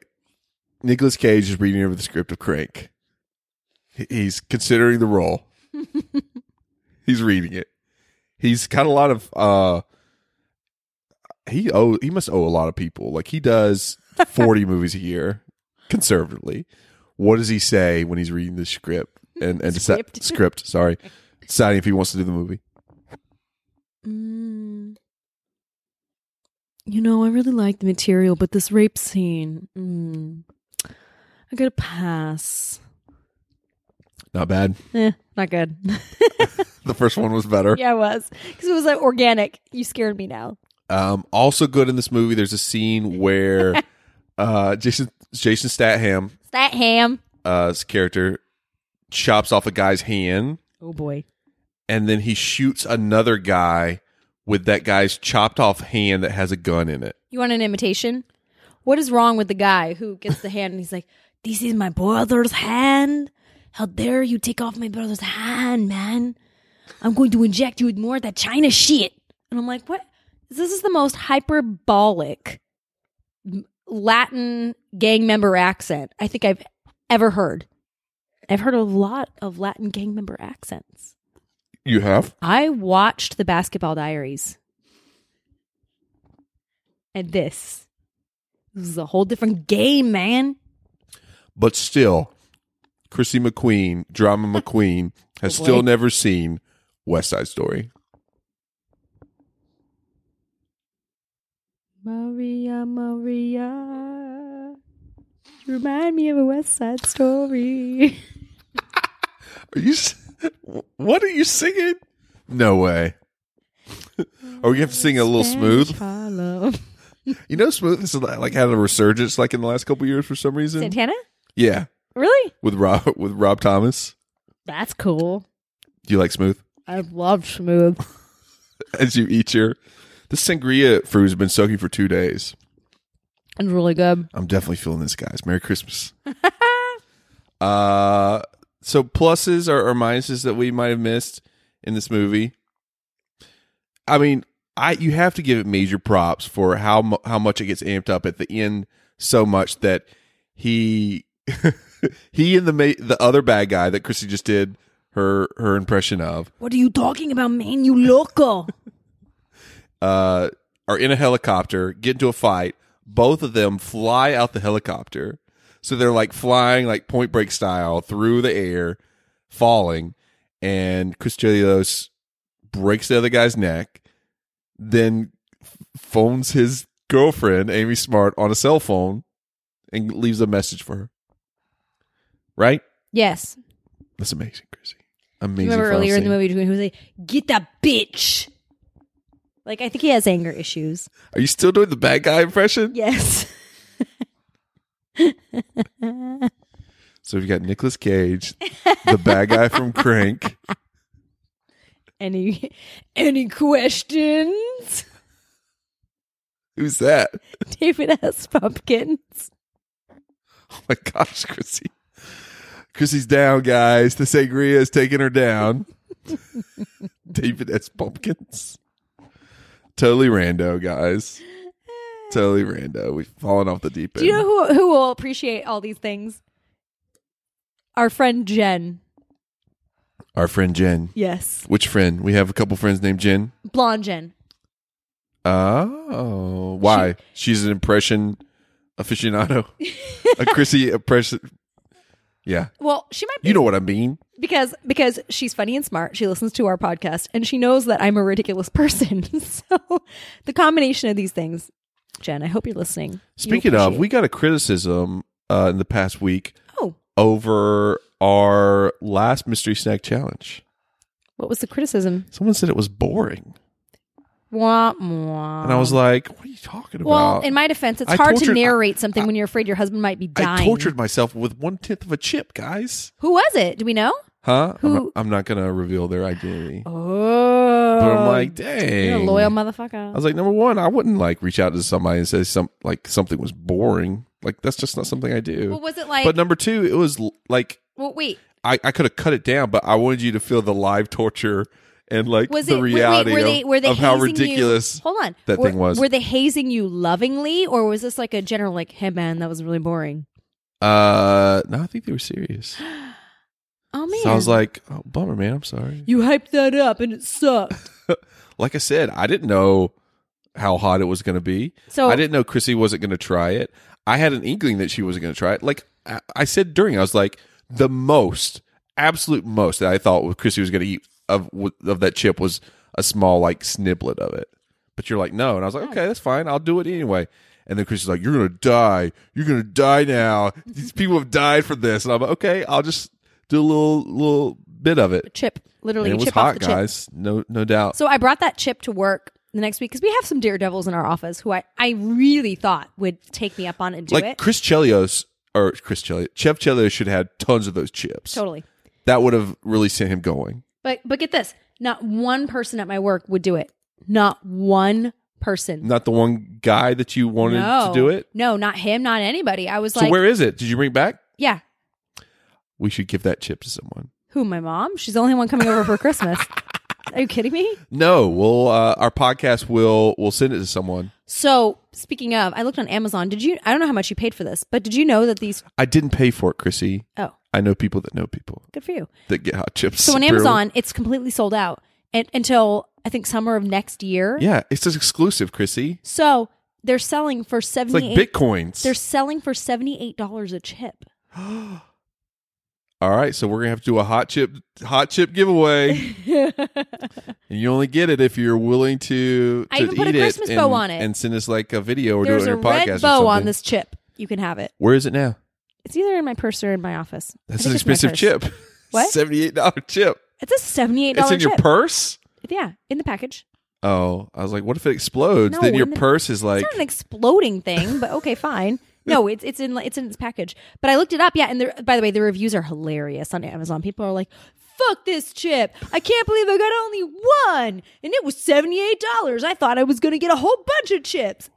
Nicolas Cage is reading over the script of Crank. He- He's considering the role. He's reading it. He's got a lot of uh he owe he must owe a lot of people. Like he does 40 movies a year conservatively. What does he say when he's reading the script and and deci-
Script.
script, sorry. Deciding if he wants to do the movie.
Mm. You know, I really like the material, but this rape scene, mm, I gotta pass.
Not bad.
Eh, not good.
The first one was better.
yeah, it was because it was like organic. You scared me now.
Um, also good in this movie, there's a scene where uh, Jason Jason Statham
It's that ham.
uh, his character chops off a guy's hand
Oh boy.
and then he shoots another guy with that guy's chopped off hand that has a gun in it.
You want an imitation? What is wrong with the guy who gets the hand and he's like, "This is my brother's hand. How dare you take off my brother's hand, man? I'm going to inject you with more of that China shit." And I'm like, "What? This is the most hyperbolic m- Latin gang member accent I think I've ever heard. I've heard a lot of Latin gang member accents.
You have?
I watched the Basketball Diaries. And this. This is a whole different game, man.
But still, Chrissy McQueen, Drama McQueen, has
Oh, boy.
still never seen West Side Story.
Maria, Maria. You remind me of a West Side story.
Are you? s- What are you singing? No way. Are we going to have to sing a little smooth?
Follow.
You know, smooth has like had a resurgence like in the last couple years for some reason.
Santana?
Yeah,
Really?
with Rob with Rob Thomas.
That's cool.
Do you like smooth?
I love smooth.
as you eat your. The sangria fruit has been soaking for two days.
It's really good.
I'm definitely feeling this, guys. Merry Christmas. uh, so pluses or, or minuses that we might have missed in this movie. I mean, I you have to give it major props for how mu- how much it gets amped up at the end so much that he he and the ma- the other bad guy that Chrissy just did her her impression of
What are you talking about, man? You loco.
uh, are in a helicopter, get into a fight. Both of them fly out the helicopter. So they're like flying like point break style through the air, falling, and Christelios breaks the other guy's neck, then f- phones his girlfriend, Amy Smart, on a cell phone and leaves a message for her. Right?
yes.
That's amazing, Chrissy. Amazing.
Remember
final
earlier in the
scene.
movie when he was like, "Get that bitch." Like I think he has anger issues.
Are you still doing the bad guy impression?
Yes.
So we've got Nicolas Cage, the bad guy from Crank,
Any any questions?
Who's that?
David S. Pumpkins.
Oh my gosh, Chrissy. Chrissy's down, guys. The sangria is taking her down. David S. Pumpkins. Totally rando, guys. Totally rando. We've fallen off the deep end.
Do you know who who will appreciate all these things? Our friend Jen.
Our friend Jen.
Yes.
Which friend? We have a couple friends named Jen.
Blonde Jen.
Oh, why? She's an impression aficionado. a Chrissy impression. Yeah.
Well, she might be
You know what I mean.
because because she's funny and smart. She listens to our podcast and she knows that I'm a ridiculous person. so the combination of these things, Jen, I hope you're listening. You
Speaking of,
appreciate-
we got a criticism uh, in the past week
oh,
over our last mystery snack challenge.
what was the criticism?
Someone said it was boring.
Wah, wah.
And I was like, what are you talking
Oh. well,
about?
in my defense, it's
I
hard to
tortured- I-
narrate something when you're afraid your husband might be dying.
I tortured myself with one tenth of a chip, guys.
Who was it? Do we know?
Huh? I'm
Who-
not, I'm not gonna reveal their identity.
Oh,
But I'm like, dang.
you're a loyal
I
motherfucker.
was like, number one, I wouldn't like reach out to somebody and say some like something was boring. Like that's just not something I do.
Well, was it like-
But number two, it was l- like
well, wait,
I, I could have cut it down, but I wanted you to feel the live torture and like
was
the
it? wait,
reality
wait, were
of,
they were they
of how
hazing you-
ridiculous.
hold on,
that
Were-
thing was.
Were they hazing you lovingly, or was this like a general like, hey man, that was really boring?
Uh, no, I think they were serious.
Oh man,
So I was like, oh, bummer, man. I'm sorry.
you hyped that up and it sucked.
like I said, I didn't know how hot it was going to be.
So-
I didn't know Chrissy wasn't going to try it. I had an inkling that she wasn't going to try it. Like I, I said during, I was like, the most, absolute most that I thought Chrissy was going to eat of of that chip was a small like sniblet of it. But you're like, no, and I was like, okay, that's fine. I'll do it anyway. And then Chrissy's like, you're going to die. You're going to die now. These people have died for this. And I'm like, okay, I'll just do a little little bit of it.
chip, literally
And it
a
was
chip off
hot,
the chip.
guys. No, no doubt.
So I brought that chip to work the next week because we have some daredevils in our office who I, I really thought would take me up on and do
like
it.
Chris Chelios or Chris Chelios, Chef Chelios should have had tons of those chips.
totally.
That would have really sent him going.
But but get this, not one person at my work would do it. Not one person.
Not the one guy that you wanted
no.
to do it.
No, not him, not anybody. I was
So
like,
where is it? Did you bring it back?
yeah,
We should give that chip to someone.
who? My mom? She's the only one coming over for Christmas. Are you kidding me?
No, we'll uh, our podcast will will send it to someone.
So speaking of, I looked on Amazon. Did you? I don't know how much you paid for this, but did you know that these?
I didn't pay for it, Chrissy.
Oh,
I know people that know people
good for you.
that get hot chips.
So on
apparently.
Amazon, it's completely sold out and, until I think summer of next year.
yeah, it's just exclusive, Chrissy.
So they're selling for
It's like
seventy eight.
bitcoins.
they're selling for seventy eight dollars a chip.
All right, so we're gonna have to do a hot chip hot chip giveaway. and you only get it if you're willing to,
I
to
even put a
eat
Christmas
it,
bow
and,
on it.
and send us like a video or
There's
do it
a
in your podcast.
red
or
bow on
something.
this chip. You can have it.
Where is it now?
It's either in my purse or in my office. I
That's
think
an
it's my
expensive
purse.
chip.
What?
Seventy eight dollar chip.
It's a seventy eight
It's
dollar
in
chip.
your purse?
Yeah, in the package.
Oh. I was like, what if it explodes?
No,
then your
in the-
purse is like
It's not an exploding thing, but okay, fine. No, it's it's in like, it's in its package. But I looked it up. Yeah, and the, by the way, the reviews are hilarious on Amazon. People are like, "Fuck this chip! I can't believe I got only one, and it was seventy eight dollars. I thought I was going to get a whole bunch of chips.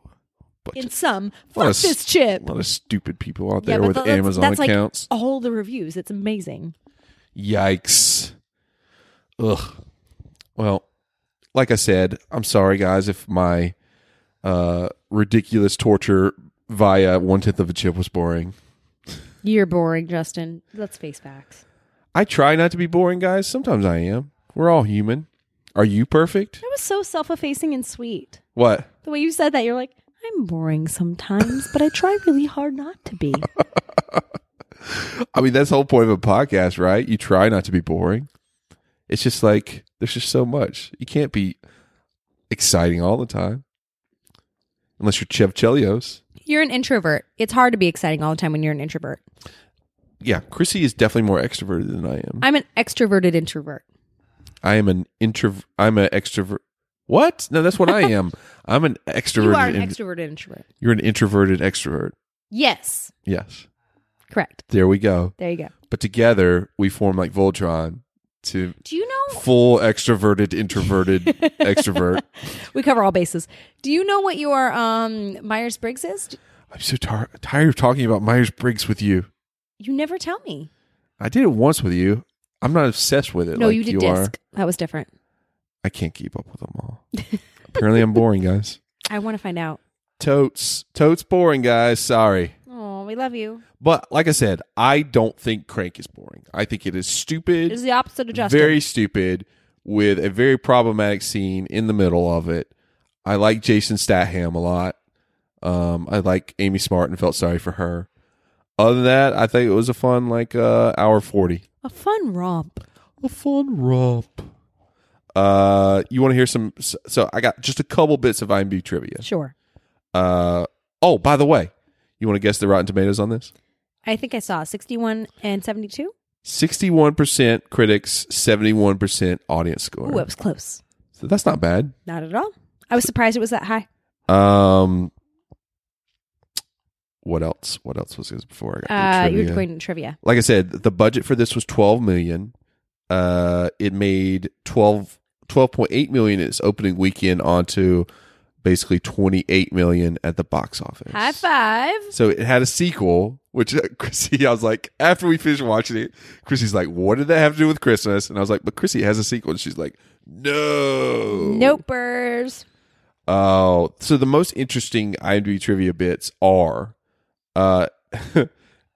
In some,
what
fuck
a,
this chip."
A lot of stupid people out there
but
with
th- that's-
Amazon
that's,
accounts.
Like all the reviews. It's amazing.
Yikes. Ugh. Well, like I said, I'm sorry, guys, if my uh, ridiculous torture via one tenth of a chip was boring.
You're boring, Justin. Let's face facts.
I try not to be boring, guys. Sometimes I am. We're all human. Are you perfect?
That was so self effacing and sweet.
What?
The way you said that, you're like, I'm boring sometimes, but I try really hard not to be.
I mean, that's the whole point of a podcast, right? You try not to be boring. It's just like there's just so much. You can't be exciting all the time, unless you're Chev Chelios.
You're an introvert. It's hard to be exciting all the time when you're an introvert.
Yeah, Chrissy is definitely more extroverted than I am.
I'm an extroverted introvert.
I am an introvert. I'm an extrovert. What? No, that's what I am. I'm an extroverted.
You are an
in-
extroverted introvert.
you're an introverted extrovert.
Yes.
Yes.
Correct.
There we go.
There you go.
But together we form like Voltron to
Do you know
full extroverted introverted extrovert.
we cover all bases? Do you know what your um Myers Briggs is? D-
I'm so tar- tired of talking about Myers Briggs with you.
You never tell me.
I did it once with you. I'm not obsessed with it.
No,
like
you did
are.
disc. That was different.
I can't keep up with them all. Apparently, I'm boring, guys.
I want to find out.
Totes, totes, boring, guys. Sorry.
Oh, we love you.
But like I said, I don't think Crank is boring. I think it is stupid,
It's the opposite of Justin.
very stupid, with a very problematic scene in the middle of it. I like Jason Statham a lot. Um, I like Amy Smart and felt sorry for her. Other than that, I think it was a fun like uh, hour forty.
a fun romp.
A fun romp. Uh, you want to hear some? So I got just a couple bits of IMDb trivia.
Sure.
Uh, oh, by the way, you want to guess the Rotten Tomatoes on this?
I think I saw 61 and 72.
61% critics, 71% audience score.
Ooh, it was close.
so that's not bad.
Not at all. I was surprised it was that high.
Um, what else? What else was this before I got to
Uh, you were
trivia?
going to trivia.
Like I said, the budget for this was twelve million. Uh, it made 12, 12.8 million its opening weekend onto basically twenty eight million at the box office.
High five.
So it had a sequel, which uh, Chrissy, I was like, after we finished watching it, Chrissy's like, what did that have to do with Christmas? And I was like, but Chrissy it has a sequel. And she's like, no.
Nopers.
Oh, so the most interesting IMDb trivia bits are, uh,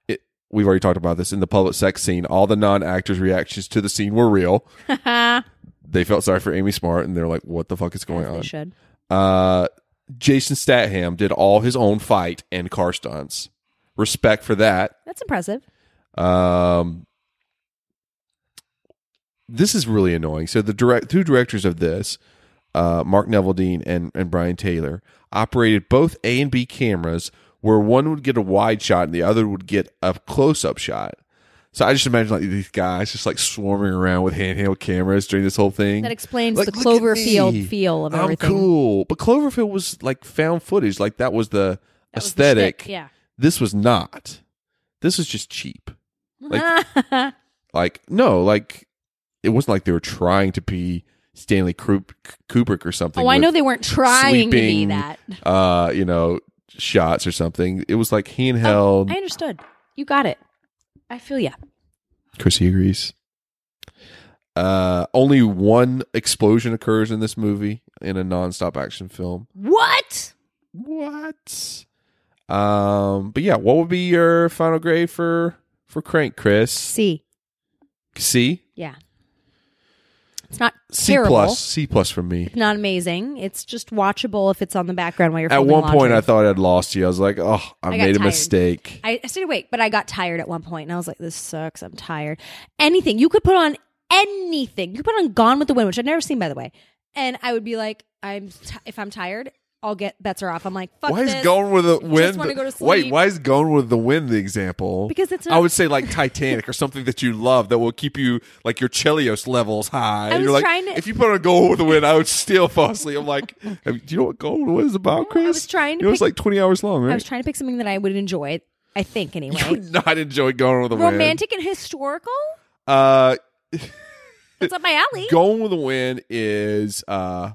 it, we've already talked about this in the public sex scene. All the non-actors' reactions to the scene were real. they felt sorry for Amy Smart, and they're like, "What the fuck is going
As
on?"
they should.
Uh, Jason Statham did all his own fight and car stunts. Respect for that.
That's impressive.
Um, this is really annoying. So the direct two directors of this, uh, Mark Neville Dean and and Brian Taylor, operated both A and B cameras, where one would get a wide shot and the other would get a close up shot. So I just imagine like these guys just like swarming around with handheld cameras during this whole thing.
That explains the
look at
Cloverfield
me.
feel of
I'm
everything.
cool, but Cloverfield was like found footage. Like that was
That
the
was the
aesthetic.
shtick, yeah.
this was not. This was just cheap. Like, like no, like it wasn't like they were trying to be Stanley Kru- Kubrick or something.
Oh, I
with
know they weren't trying to be
sweeping,
that.
Uh, you know, shots or something. It was like handheld.
Oh, I understood. You got it. I feel ya.
Chrissy agrees. Uh, only one explosion occurs in this movie in a non-stop action film.
What?
What? Um, but yeah, what would be your final grade for for Crank, Chris?
C.
C,
Yeah. It's not
C
terrible.
plus, C plus from me.
Not amazing. It's just watchable if it's on the background while you're.
At
folding
one point,
laundry.
I thought I'd lost you. I was like, oh, I,
I got
made a
tired.
mistake.
I, I stayed awake, but I got tired at one point, and I was like, "This sucks. I'm tired." Anything you could put on anything you could put on Gone with the Wind, which I've never seen, by the way, and I would be like, "I'm t- if I'm tired, I'll get bets are off." I'm like, "Fuck
why is
this."
going with the wind?
wanna go to
Wait,
sleep.
why is going with the wind the example?
Because it's
I
not-
would say like Titanic or something that you love that will keep you like your Chelios levels high.
was
You're like,
trying to-
if you put on going with the wind, I would still fall asleep. I'm like, do you know what going with the wind is about, Chris?
was trying to
It was
pick-
like 20 hours long,
I
right?
was trying to pick something that I would enjoy. I think anyway,
You would not enjoy going with the wind.
romantic and historical.
Uh,
That's up my alley.
going with the wind is uh,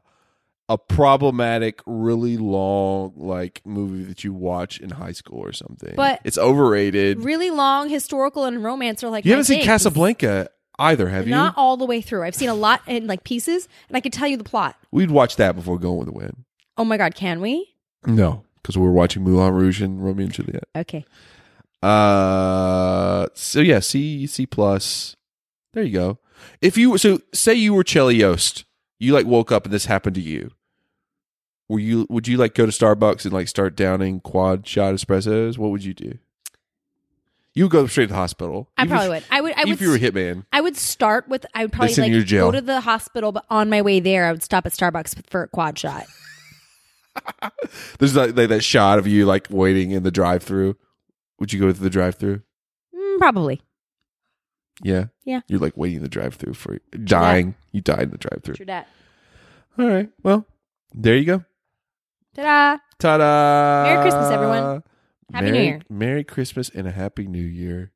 a problematic, really long like movie that you watch in high school or something.
But-
it's overrated.
really long historical and romance are like
you
my
haven't seen
things.
Casablanca either, have you?
Not all the way through. I've seen a lot in like pieces, and I can tell you the plot.
We'd watch that before going with the wind.
Oh my god, can we?
No, because we were watching Moulin Rouge and Romeo and Juliet.
Okay.
Uh, so yeah, C C plus. There you go. If you so say you were Chelios, you like woke up and this happened to you. Were you would you like go to Starbucks and like start downing quad shot espressos? What would you do? You would go straight to the hospital.
I
Even
probably
if-
would. I would. I
even
would.
if you were a
s-
hitman,
I would start with. I would probably
send you to
like
jail.
go to the hospital, but on my way there, I would stop at Starbucks for a quad shot.
there's like, like that shot of you like waiting in the drive-through. Would you go to the drive-through?
Mm, probably.
Yeah,
Yeah.
You're like waiting in the drive-through for dying. You died in the drive-through.
True that.
All right. Well, there you go.
Ta da!
Ta da!
Merry Christmas, everyone. Happy New
Merry-
Year.
Merry Christmas and a Happy New Year.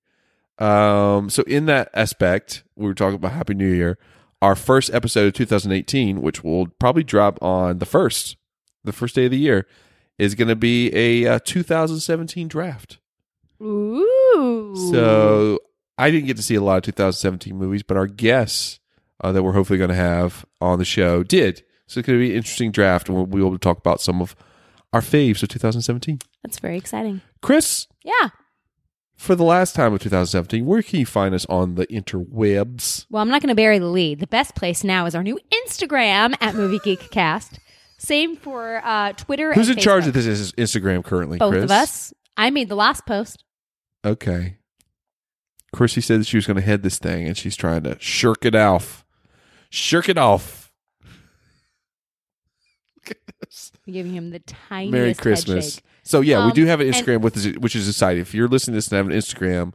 Um, so, in that aspect, we were talking about Happy New Year. Our first episode of 2018, which will probably drop on the first, the first day of the year, is going to be a uh, 2017 draft.
Ooh.
So, I didn't get to see a lot of 2017 movies, but our guests uh, that we're hopefully going to have on the show did. So, it's going to be an interesting draft, and we'll be able to talk about some of our faves of 2017.
that's very exciting.
Chris,
Yeah.
for the last time of 2017, where can you find us on the interwebs?
Well, I'm not going to bury the lead. The best place now is our new Instagram at Movie Geek Cast. Same for uh, Twitter.
Who's in
and
charge
Facebook.
of this is Instagram currently?
Both
Chris?
of us. I made the last post.
Okay. Chrissy said that she was going to head this thing, and she's trying to shirk it off. Shirk it off.
I'm giving him the tiniest
Merry
head
Christmas.
shake.
So yeah, we
Um,
do have an
and-
Instagram with which is exciting. If you're listening to this and have an Instagram,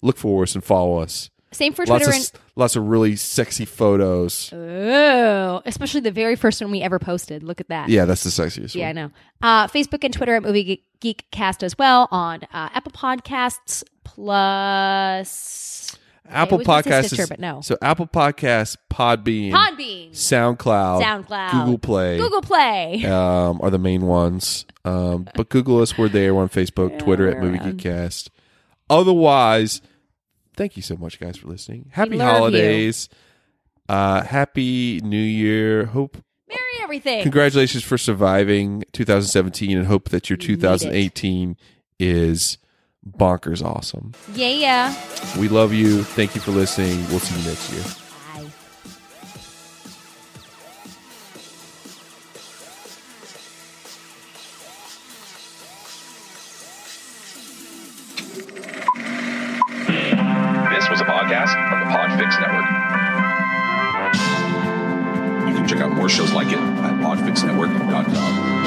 look for us and follow us.
Same for
Lots
Twitter
of
and
s- lots of really sexy photos.
oh, especially the very first one we ever posted. Look at that.
Yeah, that's the sexiest
Yeah, I
one.
know. Uh, Facebook and Twitter at Movie Geek, Geek Cast as well on uh, Apple Podcasts plus
Apple
I always wanna
Podcasts,
say Stitcher,
is-
but no.
So Apple Podcasts, Podbean,
Podbean,
SoundCloud,
SoundCloud,
Google Play,
Google Play.
um, are the main ones. Um, but Google us. We're there. We're on Facebook, Twitter at Movie Geekcast. Otherwise, thank you so much, guys, for listening. Happy
love you.
holidays. Uh, happy New Year. Hope
Marry everything.
congratulations for surviving 2017, and hope that your 2018 is bonkers awesome.
yeah, yeah.
We love you. Thank you for listening. We'll see you next year.
This was a podcast from the Podfix Network. You can check out more shows like it at podfixnetwork.com.